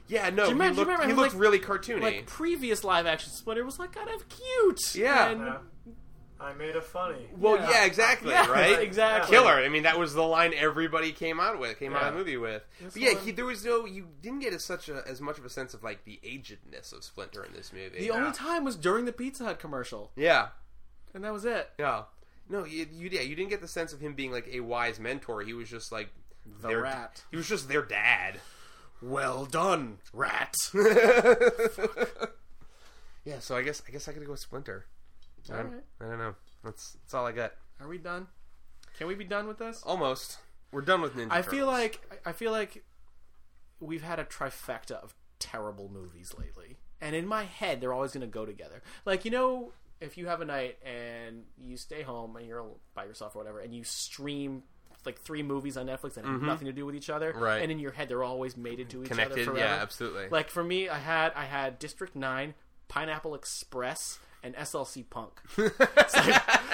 yeah, no, you remember- do he you looked, remember he him, looked like- really cartoony. Like previous live action Splinter was like kind of cute. Yeah. And Yeah. I I made a funny. Well, yeah, Yeah. exactly, Yeah, right? (laughs) exactly. Killer. I mean, that was the line everybody came out with, came out of the Yeah. movie with. But the yeah, one- he, there was no, you didn't get as such a, as much of a sense of like the agedness of Splinter in this movie. The only time was during the Pizza Hut commercial, yeah, and that was it. yeah, no, you, you yeah, you didn't get the sense of him being like a wise mentor. He was just like The their, rat. He was just their dad. Well done, rat. (laughs) yeah, so I guess I guess I gotta go with Splinter. I, don't, Alright. I don't know. That's that's all I got. Are we done? Can we be done with this? Almost, we're done with Ninja. I feel Turtles. like I feel like we've had a trifecta of terrible movies lately, and in my head they're always going to go together. Like you know, if you have a night and you stay home and you're by yourself or whatever, and you stream like three movies on Netflix that have nothing to do with each other, Mm-hmm. Right. And in your head they're always mated to each other connected. forever. Yeah, absolutely. Like for me, I had I had District Nine, Pineapple Express, and SLC (laughs) Punk. It's like,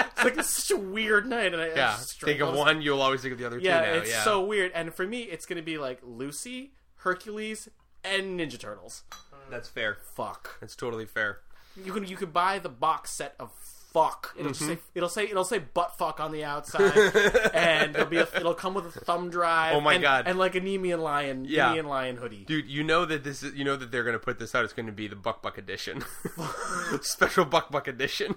it's like this is such a weird night, and I I yeah, just think of those- one, you'll always think of the other yeah, two. Now. it's yeah, so weird. And for me, it's gonna be like Lucy, Hercules, and Ninja Turtles. that's fair. Fuck. That's totally fair. You can you can buy the box set of fuck. It'll Mm-hmm. just say it'll say it'll say butt fuck on the (laughs) outside, and it'll be a, it'll come with a thumb drive. Oh my and, God. And like a Nemean lion, Yeah. Nemean lion hoodie. Dude, you know that this is you know that they're gonna put this out. It's gonna be the Buck Buck edition, (laughs) special Buck Buck edition.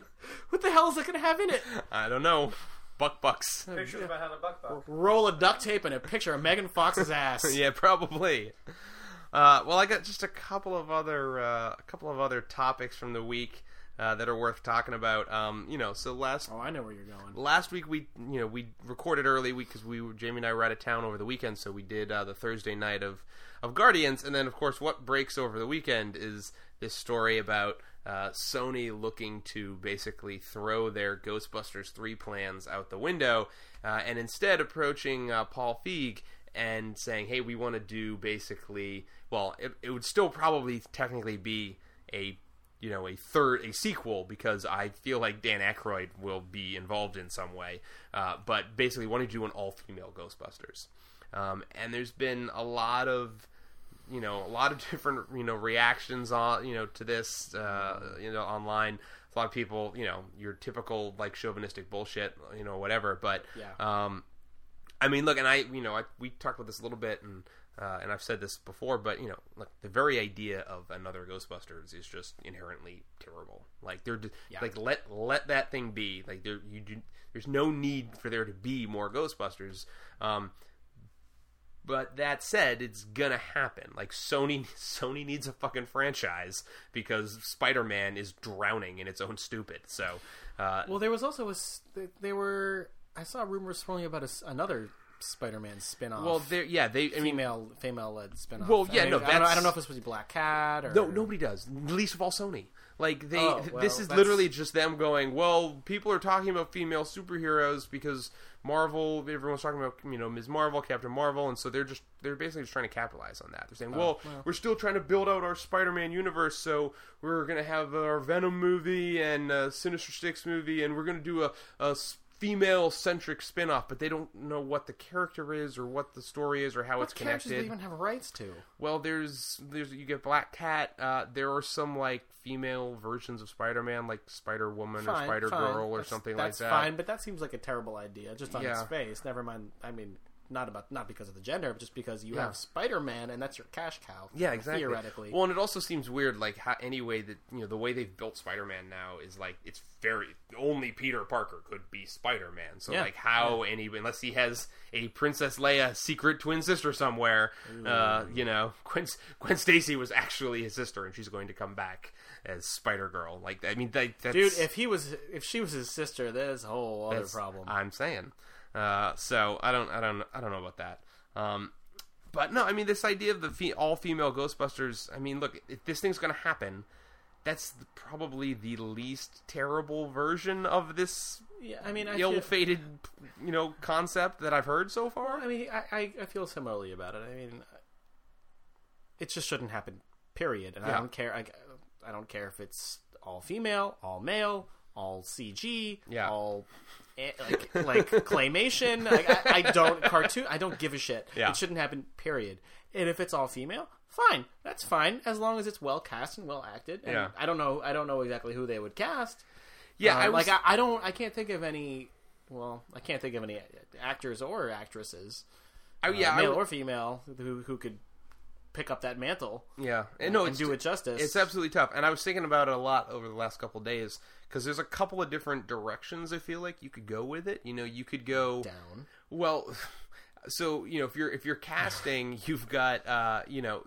What the hell is it gonna have in it? I don't know, Buck Bucks. Pictures about how to buck buck. Roll of duct tape and a picture of Megan Fox's ass. (laughs) yeah, probably. Uh, well, I got just a couple of other uh, a couple of other topics from the week uh, that are worth talking about. Um, you know, so last Oh, I know where you're going. last week we you know we recorded early because we were, Jamie and I were out of town over the weekend, so we did uh, the Thursday night of of Guardians, and then of course what breaks over the weekend is this story about uh, Sony looking to basically throw their Ghostbusters three plans out the window, uh, and instead approaching uh, Paul Feig and saying, hey, we want to do basically well, it, it would still probably technically be a you know a third a sequel because I feel like Dan Aykroyd will be involved in some way. Uh, but basically, wanted to do an all female Ghostbusters, um, and there's been a lot of you know a lot of (laughs) different you know reactions on you know to this uh, you know online. A lot of people, you know, your typical like chauvinistic bullshit, you know, whatever. But Yeah. um, I mean, look, and I, you know, I, we talked about this a little bit, and uh, and I've said this before, but you know, look, the very idea of another Ghostbusters is just inherently terrible. Like they're d like let let that thing be. Like there you do, there's no need for there to be more Ghostbusters. Um, but that said, it's gonna happen. Like Sony, (laughs) Sony needs a fucking franchise because Spider-Man is drowning in its own stupid. So, uh, Well, there was also a s- th- they were I saw rumors swirling about a s another Spider-Man spin-off. well, there, yeah, they. I mean, female female led spinoff. Well, yeah, I mean, no, I don't, know, I that's- don't know if it's supposed to be Black Cat or No, nobody does. Least of all Sony. Like they, Oh, th- well, this is that's- literally just them going. Well, people are talking about female superheroes because Marvel. Everyone's talking about you know Ms. Marvel, Captain Marvel, and so they're just they're basically just trying to capitalize on that. They're Oh, saying, well, we're still trying to build out our Spider-Man universe, so we're gonna have our Venom movie and uh, Sinister Six movie, and we're gonna do a, a female centric spin off, but they don't know what the character is or what the story is or how it's What characters do connected. they even have rights to? Well, there's there's you get Black Cat. Uh, there are some like female versions of Spider-Man, like Spider Woman or Fine, Spider fine. Girl or That's- something that's like that. fine, but that seems like a terrible idea just on its Yeah. face. Never mind. I mean, not about not because of the gender, but just because you Yeah. have Spider-Man and that's your cash cow. Yeah, exactly. Theoretically, Well, and it also seems weird, like how, any way that you know the way they've built Spider-Man now is like it's very only Peter Parker could be Spider-Man. So Yeah. like how any unless he has a Princess Leia secret twin sister somewhere, uh, you know, (laughs) Gwen, Gwen Stacy was actually his sister, and she's going to come back as Spider Girl. Like I mean, that, that's, dude, if he was if she was his sister, there's a whole other That's- problem. I'm saying. Uh, so I don't, I don't, I don't know about that. Um, but no, I mean this idea of the fe- all female Ghostbusters. I mean, look, if this thing's gonna happen, that's th- probably the least terrible version of this yeah, I mean, I feel, ill-fated, you know, concept that I've heard so far. I mean, I, I I feel similarly about it. I mean, uh, it just shouldn't happen. Period. And Yeah. I don't care. I, I don't care if it's all female, all male, all CG, Yeah. all eh, like (laughs) like claymation. Like, I, I don't cartoon. I don't give a shit. Yeah. It shouldn't happen. Period. And if it's all female, fine. That's fine as long as it's well cast and well acted. And Yeah. I don't know. I don't know exactly who they would cast. Yeah, Uh, I was- like I, I don't, I can't think of any. Well, I can't think of any actors or actresses, I, uh, yeah, I male w- or female, who who could pick up that mantle yeah. And no, and it's do it justice. It's absolutely tough, and I was thinking about it a lot over the last couple days because there's a couple of different directions I feel like you could go with it. You know, you could go down. well. (sighs) So you know, if you're if (sighs) you're casting, you've got uh, you know,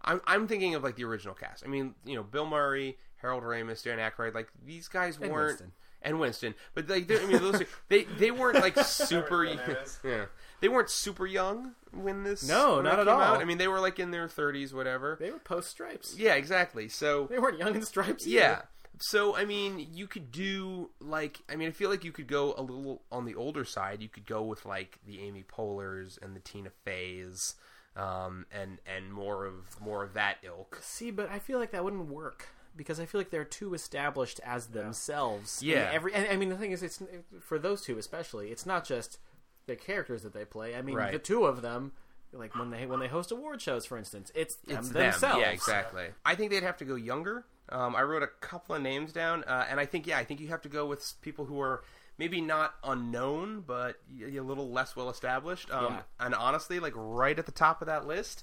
I'm I'm thinking of like the original cast. I mean, you know, Bill Murray, Harold Ramis, Darren Aykroyd, like these guys weren't. Winston. And Winston, but like they're- I mean, those they they weren't (laughs) like super. Harold Ramis. (laughs) yeah, they weren't super young when this. No, when not it at came all. out. I mean, they were like in their thirties, whatever. They were post stripes. Yeah, exactly. So They weren't young in stripes. either. yeah. So I mean, you could do like I mean, I feel like you could go a little on the older side. You could go with like the Amy Polars and the Tina Fey's, um, and and more of more of that ilk. See, but I feel like that wouldn't work because I feel like they're too established as themselves. Yeah. And every and I mean the thing is, it's for those two especially. It's not just the characters that they play. I mean Right. the two of them, like when they when they host award shows, for instance, it's them It's them. themselves. Yeah, exactly. I think they'd have to go younger. Um, I wrote a couple of names down, uh, and I think yeah, I think you have to go with s- people who are maybe not unknown, but y- a little less well established. Um, Yeah. And honestly, like right at the top of that list,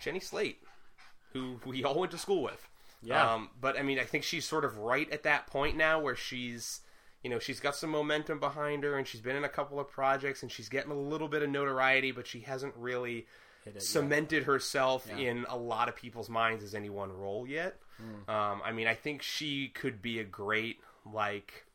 Jenny Slate, who we all went to school with. Yeah. Um, but I mean, I think she's sort of right at that point now where she's. You know, she's got some momentum behind her, and she's been in a couple of projects, and she's getting a little bit of notoriety, but she hasn't really Hit it, yeah. cemented herself in a lot of people's minds as any one role yet. Hmm. Um, I mean, I think she could be a great like.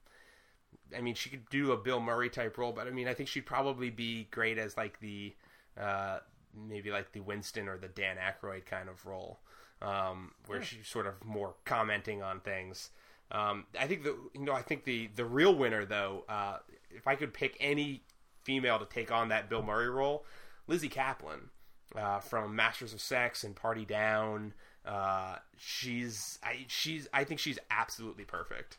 I mean, she could do a Bill Murray type role, but I mean, I think she'd probably be great as like the uh, maybe like the Winston or the Dan Aykroyd kind of role, um, where she's sort of more commenting on things. Um, I think the you know I think the the real winner though, uh, if I could pick any female to take on that Bill Murray role, Lizzie Kaplan uh, from Masters of Sex and Party Down. Uh, she's I she's I think she's absolutely perfect.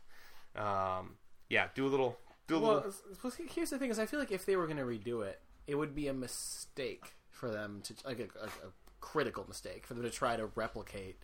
Um, yeah, do a little do a Well, little. s- well, see, here's the thing: is I feel like if they were going to redo it, it would be a mistake for them to like a, a, a critical mistake for them to try to replicate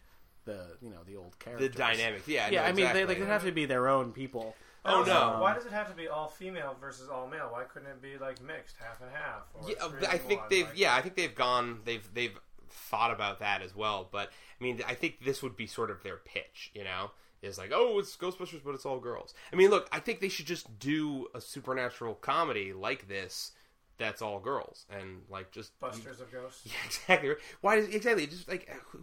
the you know the old The characters. dynamic, yeah, Yeah, no, I mean they exactly. like they have to be their own people. Oh Also, no, Why does it have to be all female versus all male? Why couldn't it be like mixed, half and half? Or Yeah, three but I to think one, they've like- yeah, I think they've gone they've they've thought about that as well. But I mean, I think this would be sort of their pitch, you know, is like, oh, it's Ghostbusters, but it's all girls. I mean, look, I think they should just do a supernatural comedy like this that's all girls and like just Busters of Ghosts. (laughs) Yeah, exactly. right. Why does exactly just like uh,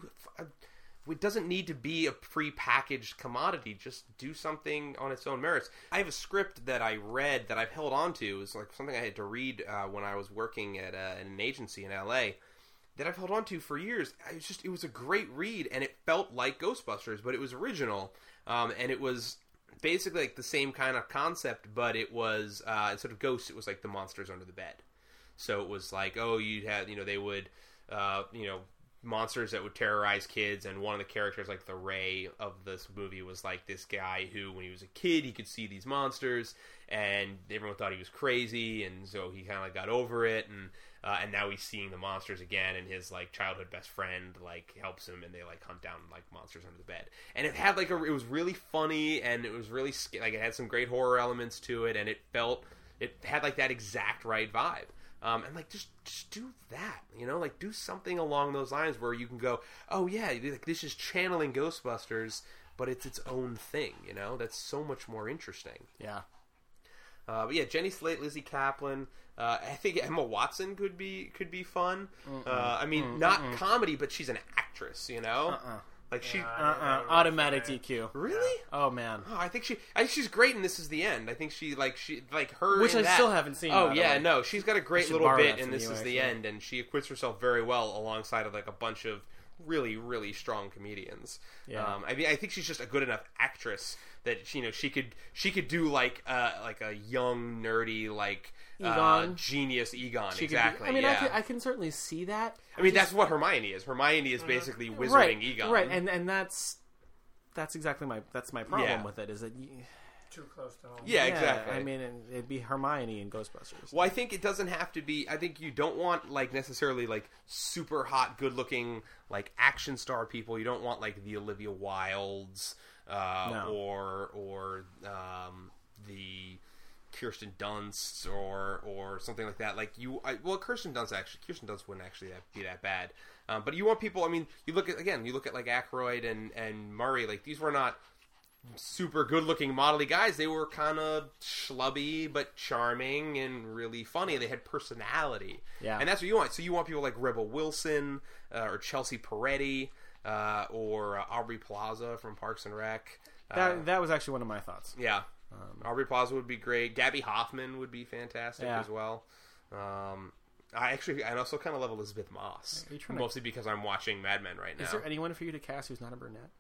it doesn't need to be a pre-packaged commodity. Just do something on its own merits. I have a script that I read that I've held on to. It's like something I had to read uh, when I was working at uh, an agency in LA that I've held on to for years. I was just it was a great read and it felt like Ghostbusters, but it was original um, and it was basically like the same kind of concept, but it was uh, instead of ghosts, it was like the monsters under the bed. So it was like, oh, you'd have, you know, they would, uh, you know, monsters that would terrorize kids. And one of the characters, like the Ray of this movie, was like this guy who, when he was a kid, he could see these monsters, and everyone thought he was crazy, and so he kind of got over it, and uh, and now he's seeing the monsters again, and his like childhood best friend like helps him, and they like hunt down like monsters under the bed. And it had like a, it was really funny, and it was really sc- like it had some great horror elements to it, and it felt it had like that exact right vibe. Um, and like just just do that, you know, like do something along those lines where you can go, oh yeah, like this is channeling Ghostbusters, but it's its own thing, you know. That's so much more interesting. Yeah. Uh, but yeah, Jenny Slate, Lizzie Kaplan. Uh, I think Emma Watson could be could be fun. Uh, I mean, not comedy, but she's an actress, you know. Like she Yeah, I don't Uh-uh. uh, know. Automatic DQ. really. Oh man. Oh, I think she. I think she's great, and this is the end. I think she like she like her. Which in I that- still haven't seen, by Oh the yeah, way. no, she's got a great should little borrow bit, that and from this you, is actually. the end. And she acquits herself very well alongside of like a bunch of really really strong comedians. Yeah. Um, I mean, I think she's just a good enough actress that you know she could she could do like uh like a young nerdy like uh, Egon. genius Egon She could be- exactly. I mean, yeah. I, can, I can certainly see that. I mean, that's what Hermione is. Hermione is basically wizarding Mm-hmm. right. Egon. Right, and and that's that's exactly my that's my problem Yeah. with it is that y- Too close to home. yeah, yeah, exactly. I mean, and it'd be Hermione in Ghostbusters. Well, I think it doesn't have to be. I think you don't want like necessarily like super hot, good looking like action star people. You don't want like the Olivia Wildes. uh, No. or or um, the Kirsten Dunst or or something like that. Like you, I, well, Kirsten Dunst actually, Kirsten Dunst wouldn't actually that, be that bad. Um, but you want people. I mean, you look at again, you look at like Aykroyd and and Murray. Like these were not super good looking modelly guys. They were kind of schlubby but charming and really funny. They had personality. Yeah. And that's what you want. So you want people like Rebel Wilson uh, or Chelsea Peretti uh, or uh, Aubrey Plaza from Parks and Rec. That Uh, that was actually one of my thoughts. yeah. Aubrey Plaza would be great. Gabby Hoffman would be fantastic Yeah. as well. Um, I actually, I also kind of love Elizabeth Moss, Are you trying to- mostly because I'm watching Mad Men right now. Is there anyone for you to cast who's not a brunette?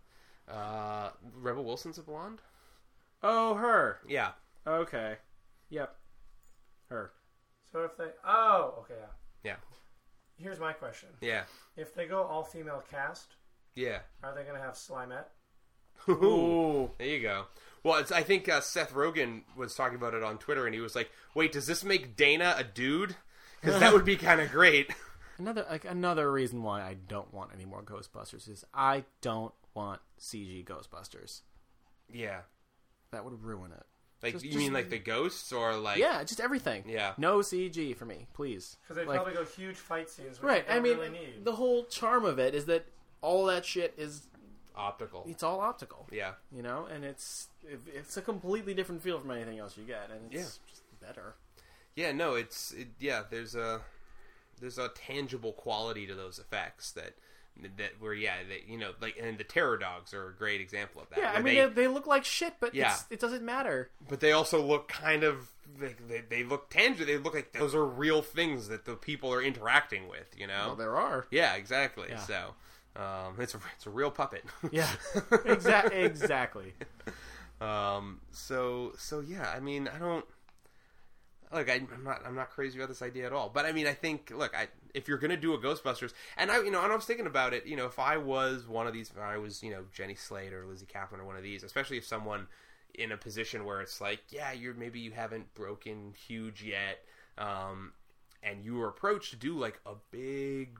uh, Rebel Wilson's a blonde. Oh, her. Yeah, Okay. Yep. Her. So if they, oh, okay. Yeah. yeah, Here's my question: yeah, If they go all female cast, yeah. are they going to have Slimette? Ooh. There you go. Well, it's, I think uh, Seth Rogen was talking about it on Twitter, and he was like, "Wait, does this make Dana a dude? Because that would be kind of great." Another like another reason why I don't want any more Ghostbusters is I don't want CG Ghostbusters. yeah, That would ruin it. like Just- you just- mean like the ghosts or like Yeah, just everything. Yeah. No CG for me, please. Because they Like- probably go huge fight scenes, which Right. they I don't mean, really need. the whole charm of it is that all that shit is optical? it's all optical. yeah, You know, and it's it- it's a completely different feel from anything else you get, and it's Yeah. just better. yeah. No, it's it, yeah. There's a there's a tangible quality to those effects that that were yeah that you know like and the terror dogs are a great example of that. Yeah, I where mean, they- they, they look like shit, but Yeah. it's, it doesn't matter. but they also look kind of they, they, they look tangible. They look like those are real things that the people are interacting with. You know? Well, Oh, there are. yeah, exactly. Yeah. So um, it's a, it's a real puppet. (laughs) Yeah, (laughs) exactly. Exactly. Um, so so yeah, I mean, I don't look. I, I'm not I'm not crazy about this idea at all. But I mean, I think look, I if you're gonna do a Ghostbusters, and I you know, and I was thinking about it. You know, if I was one of these, if I was you know Jenny Slate or Lizzie Kaplan or one of these, especially if someone in a position where it's like, yeah, you're maybe you haven't broken huge yet, um, and you were approached to do like a big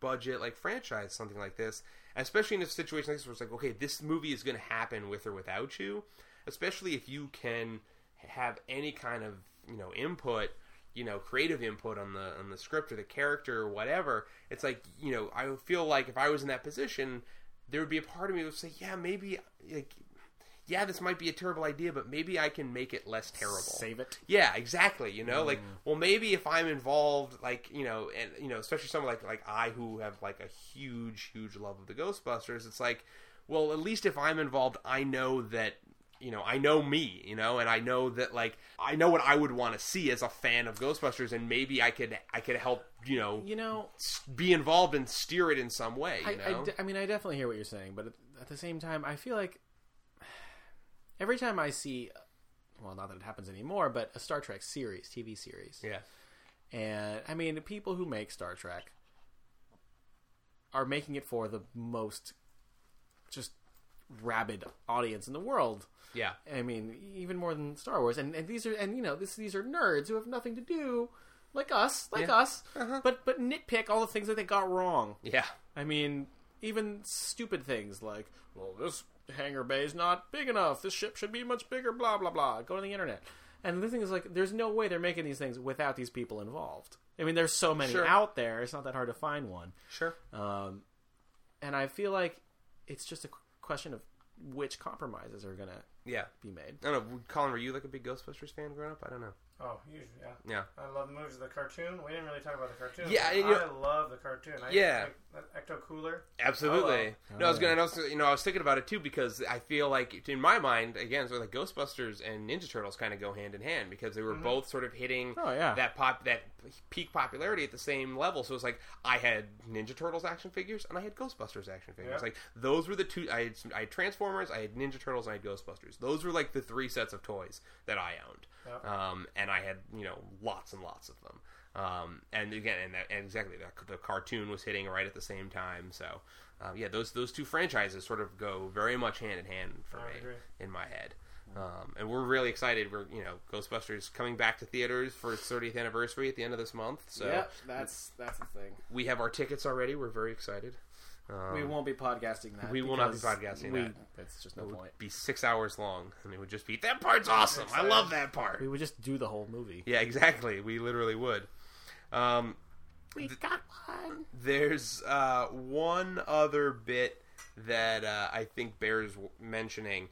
budget like franchise something like this especially in a situation like this where it's like okay this movie is going to happen with or without you especially if you can have any kind of you know input you know creative input on the on the script or the character or whatever it's like you know i would feel like if i was in that position there would be a part of me that would say yeah maybe like yeah this might be a terrible idea but maybe i can make it less terrible Save it. yeah, exactly. You know, like, Mm. well, maybe if I'm involved, like, you know, and you know, especially someone like like I who have like a huge, huge love of the Ghostbusters, it's like, well, at least if I'm involved, I know that you know, I know me, you know, and I know that like I know what I would want to see as a fan of Ghostbusters, and maybe I could I could help, you know, You know, s- be involved and steer it in some way. You I, I know, de- I mean, I definitely hear what you're saying, but at, at the same time, I feel like every time I see, well, not that it happens anymore, but a Star Trek series, TV series, yeah, and I mean, the people who make Star Trek are making it for the most just rabid audience in the world. yeah, I mean, even more than Star Wars. And, and these are and you know this these are nerds who have nothing to do, like us, like Yeah. Uh-huh. us. But but nitpick all the things that they got wrong. yeah, I mean, even stupid things like, well, this hangar bay is not big enough. This ship should be much bigger. Blah blah blah. Go to the internet. And the thing is, like, there's no way they're making these things without these people involved. I mean, there's so many Sure. out there. It's not that hard to find one. sure, Um, and I feel like it's just a qu- question of which compromises are gonna yeah. be made. I don't know, Colin. Were you like a big Ghostbusters fan growing up? I don't know. oh, huge, yeah. Yeah. I love the movies. The cartoon. We didn't really talk about the cartoon. Yeah, but and you- I love the cartoon. I Yeah. like that Ecto Cooler. Absolutely. No, I was Oh. gonna. and also, You know, I was thinking about it too because I feel like, in my mind, again, sort of like Ghostbusters and Ninja Turtles kind of go hand in hand because they were both sort of hitting Mm-hmm. Oh, yeah. that pop that peak popularity at the same level. So it's like I had Ninja Turtles action figures and I had Ghostbusters action figures. Yeah. Like those were the two. I had, some- I had Transformers, I had Ninja Turtles, and I had Ghostbusters. Those were like the three sets of toys that I owned, um, and I had you know lots and lots of them. Um, and again, and, that, and exactly, the, the cartoon was hitting right at the same time. So, um, yeah, those those two franchises sort of go very much hand in hand for I me agree. in my head. Um, and we're really excited. We're you know Ghostbusters coming back to theaters for its 30th anniversary at the end of this month. So that's that's the thing. we have our tickets already. We're very excited. Um, we won't be podcasting that. we will not be because podcasting we- that. That's just no It point. would be six hours long, and it would just be that part's awesome. I love that part. We would just do the whole movie. Yeah, exactly. We literally would. Um, We got one. there's uh, one other bit that uh, I think bears w- mentioning.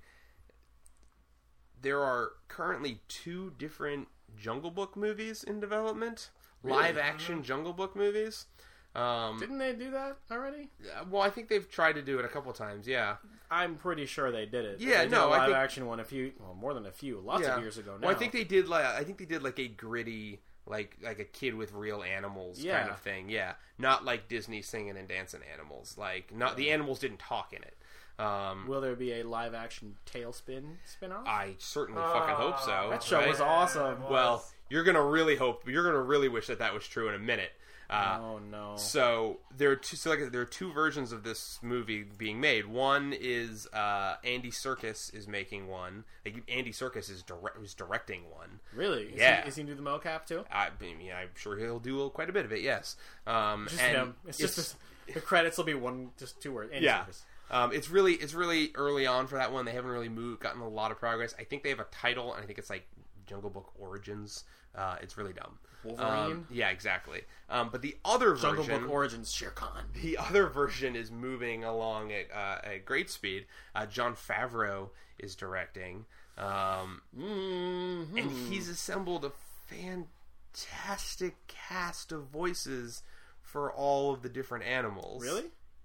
There are currently two different Jungle Book movies in development, live Mm-hmm. action Jungle Book movies. Um, Didn't they do that already? well, I think they've tried to do it a couple times. Yeah, I'm pretty sure they did it. Yeah, they did no, a I live think- action one a few, well, more than a few, lots yeah. of years ago. Now, Well, I think they did like I think they did like a gritty, like like a kid with real animals kind Yeah. of thing. Yeah, not like Disney singing and dancing animals. Like not the animals didn't talk in it. Um, will there be a live action Tailspin spinoff? I certainly fucking hope so. Uh, that show right? was awesome. Well, Well, you're gonna really hope. You're gonna really wish that that was true in a minute. Uh, oh no! So there are two. So like there are two versions of this movie being made. One is uh, Andy Circus is making one. Like Andy Circus is direct, is directing one. Really? Is Yeah. He, is he gonna do the mocap too? I mean, I'm sure he'll do quite a bit of it. Yes. Um, Just and him. It's, just this, the credits will be one, just two words. Andy yeah. Serkis. Um, it's really it's really early on for that one. They haven't really moved, gotten a lot of progress. I think they have a title, and I think it's like Jungle Book Origins. Uh, it's really dumb. Um, Wolverine? yeah, exactly. Um, but the other Jungle version, Book Origins Shere Khan. the (laughs) other version is moving along at, uh, at great speed. Uh, John Favreau is directing, um, Mm-hmm. and he's assembled a fantastic cast of voices for all of the different animals. Really?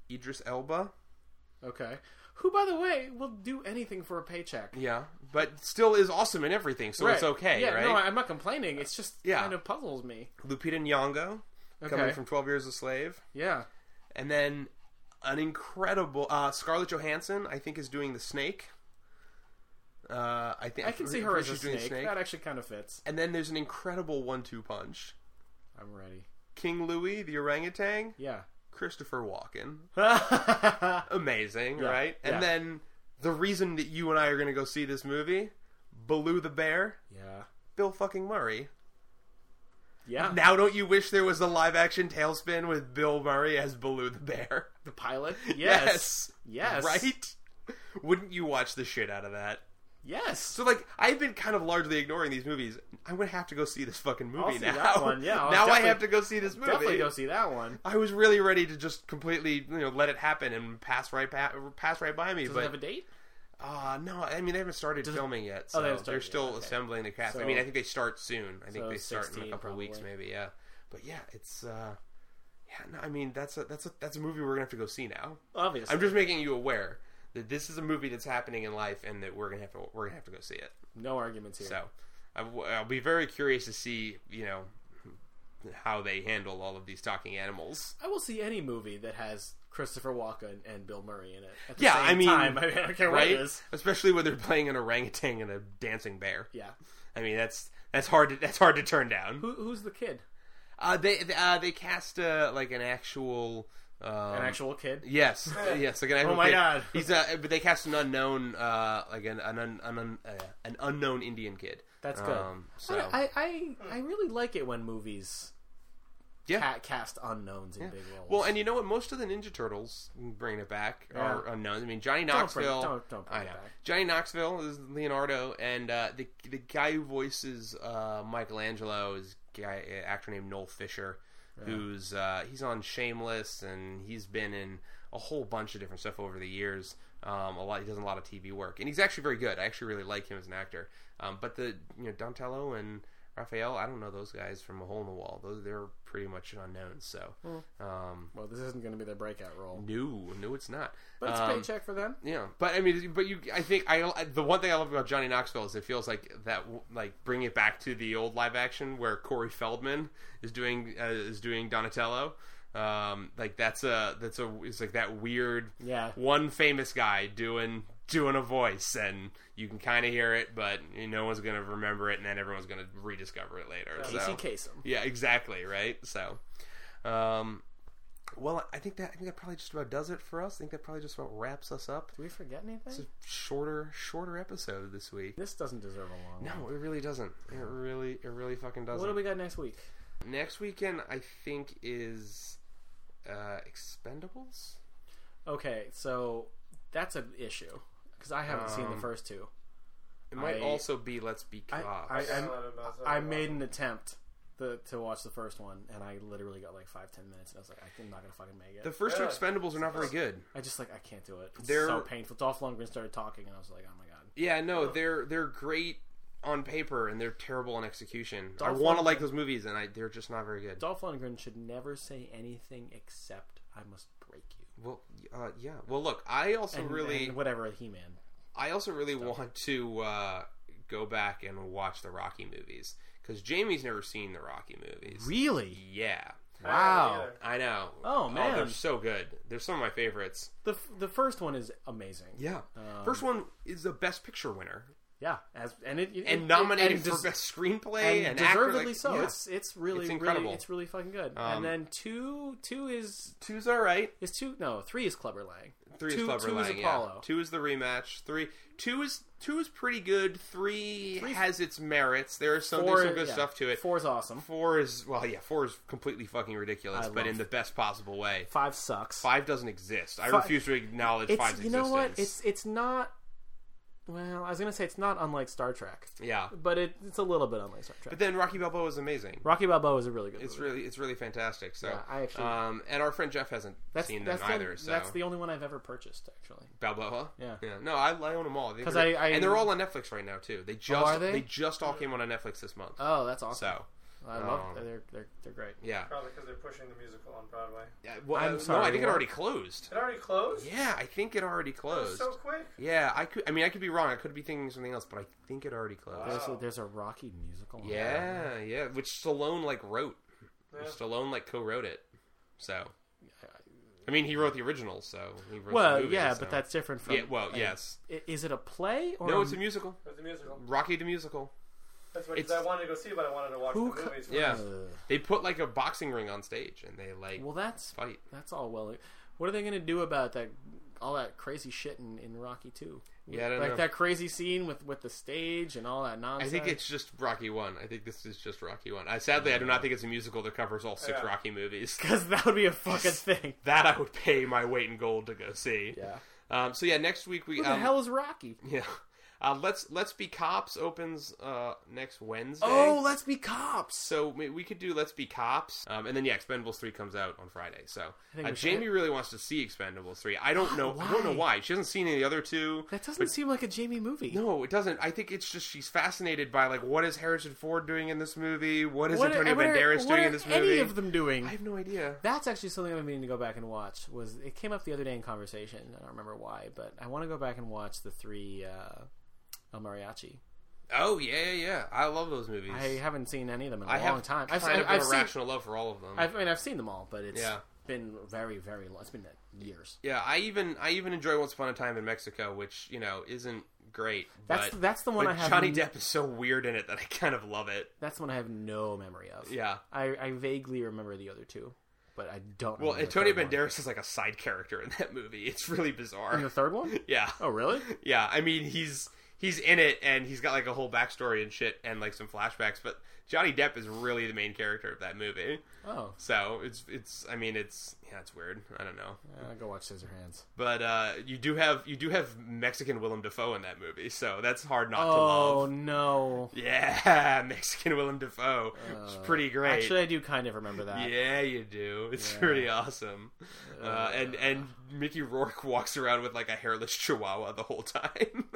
Idris Elba. Okay. Who, by the way, will do anything for a paycheck? Yeah, but still is awesome in everything, so it's Right. okay, yeah, right? No, I'm not complaining. It's just Yeah. kind of puzzles me. Lupita Nyong'o coming Okay. from Twelve Years a Slave, Yeah. and then an incredible uh, Scarlett Johansson. I think is doing the snake. Uh, I think I can I'm see pretty her sure as a she's doing snake. the That actually kind of fits. And then there's an incredible one-two punch: I'm ready. King Louis, the orangutan, Yeah. (laughs) Christopher Walken. yeah. Amazing, Yeah, right? yeah. And then the reason that you and I are going to go see this movie, Baloo the bear, Bill fucking Murray. (laughs) Yeah. Now, don't you wish there was a live action tailspin with Bill Murray as Baloo the Bear? The pilot? Yes. Yes. Right? Wouldn't you watch the shit out of that? Yes. So, like, I've been kind of largely ignoring these movies. I'm going to have to go see this fucking movie see now. that one, yeah, I'll now I definitely- have to go see this movie. Definitely go see that one. I was really ready to just completely, you know, let it happen and pass right pa- pass right by me, Does it have a but date? uh, no, I mean they haven't started filming yet, so Oh, they haven't they're started yet, still okay. assembling the cast. I So- mean, I think they start soon. I think so they start in a 16 couple of weeks, probably. maybe. Yeah, but yeah, it's uh, yeah. No, I mean that's a that's a that's a movie we're gonna have to go see now. Obviously. I'm just making you aware that this is a movie that's happening in life, and that we're gonna have to we're gonna have to go see it. no arguments here. So I w- I'll be very curious to see you know how they handle all of these talking animals. I will see any movie that has Christopher Walken and Bill Murray in it. At the Yeah, same I mean, time. (laughs) I, mean, I don't care (laughs) what Right, it is. especially when they're playing an orangutan and a dancing bear. Yeah. I mean that's that's hard to, that's hard to turn down. Who, who's the kid? Uh, they they- uh, they cast uh, like an actual. Um, An actual kid? (laughs) Yes, yes. Like an actual my kid. God. He's uh, but they cast an unknown, uh, like an an un, an, un, uh, an unknown Indian kid. That's good. Um, so I, I, I really like it when movies Yeah. ca- cast unknowns in big roles. well, and you know what? Most of the Ninja Turtles, bringing it back, are unknown. I mean, Johnny Knoxville. bring- don't- don't bring I it know. back. Johnny Knoxville is Leonardo, and uh, the the guy who voices uh, Michelangelo is a guy a actor named Noel Fisher, who's uh, he's on Shameless, and he's been in a whole bunch of different stuff over the years. Um, a lot he does a lot of TV work, and he's actually very good. I actually really like him as an actor. Um, but the you know Dontello and Raphael, I don't know those guys from a hole in the wall. Those they're pretty much unknowns. So Hmm. um, well, this isn't going to be their breakout role. no, no, it's not. But it's Um, a paycheck for them. yeah, but I mean, but you, I think I the one thing I love about Johnny Knoxville is it feels like that, like bring it back to the old live action where Corey Feldman is doing uh, is doing Donatello. Um, like that's a that's a it's like that weird Yeah. one famous guy doing doing a voice and you can kind of hear it, but no one's gonna remember it, and then everyone's gonna rediscover it later. Casey so. Kasem. Yeah, exactly. Right. So, um, well, I think that I think that probably just about does it for us. I think that probably just about wraps us up. Do we forget It's anything? a shorter, shorter episode this week. This doesn't deserve a long. No, it really doesn't. It really, it really fucking What do doesn't. we got next week? Next weekend, I think is uh Expendables. Okay, so that's an issue because I haven't seen the Um, first two. It might I- also be Let's Be I, Cops. I, I'm- I I made an attempt to, to watch the first one, and I literally got like five ten minutes, and I was like, I'm not gonna fucking make it. the first two Really? Expendables are not very good. I just like I can't do it. It's They're- so painful. Dolph Lundgren started talking, and I was like, oh my god. Yeah, no, they're they're great on paper and they're terrible in execution. I Dolph want to Lundgren- like those movies, and I, they're just not very good. Dolph Lundgren should never say anything except "I must break you." Well, uh, yeah. Well, look, I also And, really, and whatever He Man. I also really want to uh, go back and watch the Rocky movies because Jamie's never seen the Rocky movies. Really? Yeah, Oh, Wow. I know. Oh, they're man. so good. They're some of my favorites. The f- the first one is amazing. Yeah, first one is the Best Picture winner Yeah. As and it, it- and it- nominated and des- for Best Screenplay and, and, actor, deservedly like- so. yeah. It's it's really It's incredible. really it's really fucking good. Um, and then two two is two's all right. is two no three is Clubber Lang. Three two, is Clubber two Lang, is yeah. Apollo. Two is the rematch. Three, two is two is pretty good. Three, has its merits. There are some, there's some good yeah. stuff to it. Four is awesome. Four is well, yeah. Four is completely fucking ridiculous, I but in love- the best possible way. Five sucks. Five doesn't exist. I Fi- refuse to acknowledge It's five's you know existence. what it's it's not. Well, I was gonna say it's not unlike Star Trek, yeah. but it, it's a little bit unlike Star Trek. But then Rocky Balboa is amazing. Rocky Balboa is a really good. It's movie. really it's really fantastic. So Yeah, I actually- um, and our friend Jeff hasn't that's seen them that's the, either. so that's the only one I've ever purchased actually. Balboa. Yeah. yeah. No, I, I own them all. Because 'Cause I- I- and they're all on Netflix right now too. They just are they? just all came out on Netflix this month. Oh, that's awesome! so I love um, they're they're they're great. yeah. Probably because they're pushing the musical on Broadway. Yeah, Well, I'm uh, no, I sorry, think it what? already closed. It already closed. Yeah, I think it already closed. So quick. Yeah, I could. I mean, I could be wrong. I could be thinking something else, but I think it already closed. There's Wow. a, there's a Rocky musical. Oh. Yeah, yeah. Which Stallone like wrote. Yeah. Stallone like co-wrote it. So, I mean, he wrote the original. So he wrote Well, the movie, yeah, so- but that's different from. yeah. Well, yes. I- Is it a play or No, it's a musical. With the musical. Rocky the musical. That's what 'cause It's- I wanted to go see, but I wanted to watch Who the co- movies. first. Yeah. Ugh. They put like a boxing ring on stage and they like Well, that's fight. that's all well. What are they going to do about that? All that crazy shit in, in Rocky Two. Yeah, I don't like know. that crazy scene with with the stage and all that I nonsense. (laughs) think it's just Rocky One. I think this is just Rocky One. I sadly, I do not think it's a musical that covers all six Yeah. Rocky movies. (laughs) because that would be a fucking thing. That I would pay my weight in gold to go see. Um, so yeah, next week we Who the um, hell is Rocky? (laughs) Yeah. Uh, let's let's be cops opens uh, next Wednesday. Oh, let's be cops. so we we could do let's be cops, um, and then yeah, Expendables three comes out on Friday. So think uh, we should- Jamie really wants to see Expendables three. (gasps) I don't know. I don't know Why? why she hasn't seen any of the other two. That doesn't seem like a Jamie movie. No, it doesn't. I think it's just she's fascinated by like what is Harrison Ford doing in this movie? What is what are, Antonio what are- Banderas what doing are in this any movie? of them doing? I have no idea. That's actually something I've been meaning to go back and watch. Was it came up the other day in conversation? I don't remember why, but I want to go back and watch the three uh, El Mariachi. Oh yeah, yeah, yeah. I love those movies. I haven't seen any of them in a I long have time. Kind I've, of I've, an I've seen. irrational love for all of them. I've, I mean, I've seen them all, but it's Yeah. been very, very long. It's been uh, years. Yeah, I even I even enjoy Once Upon a Time in Mexico, which you know isn't great. That's but, that's the one but I have. Johnny n- Depp is so weird in it that I kind of love it. That's the one I have no memory of. Yeah. I, I vaguely remember the other two, but I don't. Well, remember Antonio the third one. Banderas is like a side character in that movie. It's really In the bizarre. third one? Yeah, Oh, really? yeah. I mean, he's he's in it and he's got like a whole backstory and shit and like some flashbacks. But Johnny Depp is really the main character of that movie. Oh, So it's it's I mean it's yeah it's weird. I don't know. yeah, go watch Scissorhands. But uh, you do have you do have Mexican Willem Dafoe in that movie, so that's hard not to love. Oh no! Yeah, (laughs) Mexican Willem Dafoe. it's pretty great. Uh, Actually, I do kind of remember that. yeah, you do. It's Yeah. pretty awesome. Uh, and and Mickey Rourke (laughs) walks around with like a hairless chihuahua the whole time.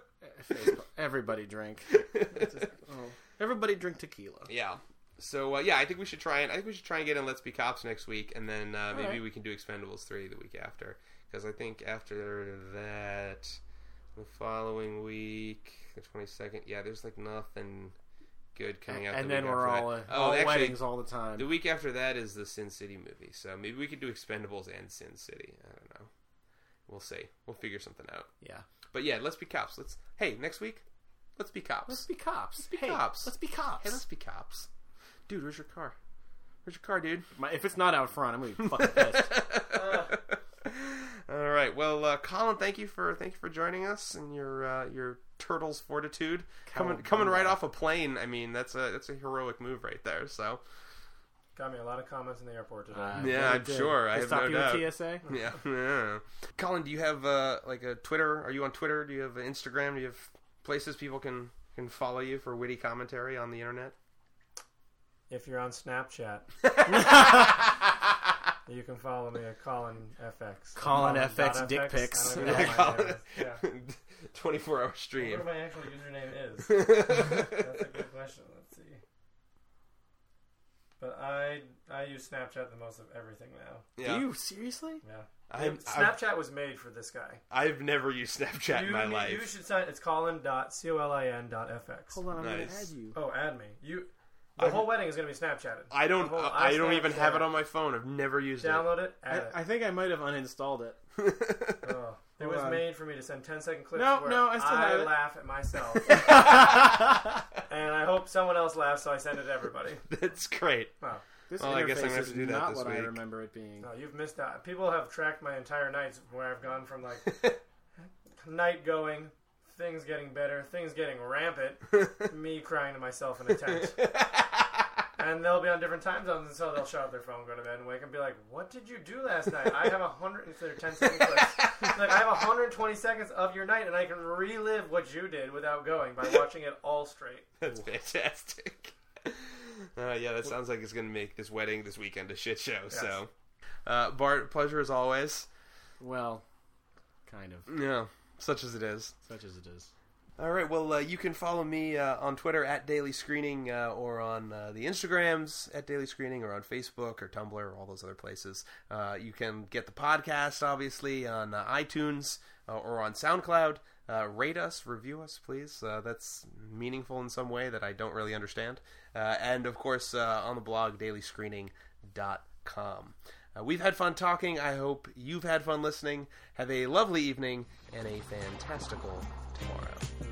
(laughs) Everybody drink. oh, Everybody drink tequila. yeah. So uh, yeah, I think we should try and I think we should try and get in Let's Be Cops next week, and then uh, maybe right. we can do Expendables three the week after because I think after that the following week, the twenty second, yeah, there's like nothing good coming out. And the then week we're after all, that. Oh, all actually, weddings all the time. The week after that is the Sin City movie, so maybe we could do Expendables and Sin City. I don't know. We'll see. We'll figure something out. yeah. But yeah, let's be cops. Let's hey next week, let's be cops. Let's be cops. Let's be cops. Let's be cops. hey, let's be cops. Dude, where's your car? Where's your car, dude? My- if it's not out front, I'm gonna be fucking (laughs) pissed. All right. Well, uh, Colin, thank you for thank you for joining us and your uh, your turtles fortitude coming coming right off a plane. I mean, that's a that's a heroic move right there. So Got me a lot of comments in the airport today. yeah, I'm Did sure. I Uh, they have stop no you doubt. at TSA? Yeah. (laughs) yeah. Colin, do you have uh, like a Twitter? Are you on Twitter? Do you have Instagram? Do you have places people can can follow you for witty commentary on the internet? if you're (laughs) on Snapchat, you can follow me at Colin FX. Colin dot FX dick FX. pics. (laughs) Oh, I don't even know what my name is. Yeah. Twenty four hour I stream. wonder what my actual (laughs) username is. That's a good question. Let's see. But I I use Snapchat the most of everything now. yeah. Do you seriously? Yeah. I'm- I've, Snapchat was made for this guy. I've never used Snapchat in you, my you life. should sign. It's Colin dot c o l i n dot fx. Hold on, I'm gonna Nice. add you. Oh, add me. You. The I'm- whole wedding is gonna be Snapchatted. I The don't. whole- I, I don't even have Snapchat. it on my phone. I've never used (laughs) Download it. Add I, I think I might have uninstalled it. it. it. Oh, it was on. made for me to send 10 second clips. No, where no, I still have it. laugh (laughs) at myself, and I hope someone else laughs, so I send it to everybody. That's great. (laughs) Wow. This Well, I guess I'm interface gonna have is to do that not this what I week. remember it being. No, you've missed out. People have tracked my entire nights where I've gone from like night going, things getting better, things getting rampant, me crying to myself in a (laughs) tent. and they'll be on different time zones, and so they'll shut off their phone, go to bed, and wake up and be like, "What did you do last night? I have a hundred instead of ten (laughs) second clips. like I have hundred twenty seconds of your night, and I can relive what you did without going by watching it all straight." That's fantastic. (laughs) Uh, yeah, that sounds like it's going to make this wedding this weekend a shit show. So, uh, Bart, pleasure as always. Well, kind of, Yeah, such as it is. such as it is. All right. Well, uh, you can follow me uh, on Twitter at Daily Screening, uh, or on uh, the Instagrams at Daily Screening, or on Facebook or Tumblr or all those other places. Uh, you can get the podcast obviously on uh, iTunes uh, or on SoundCloud. Uh, rate us, review us, please. Uh, that's meaningful in some way that I don't really understand. Uh, and of course, uh, on the blog dailyscreening.com. Uh, we've had fun talking. I hope you've had fun listening. Have a lovely evening and a fantastical tomorrow.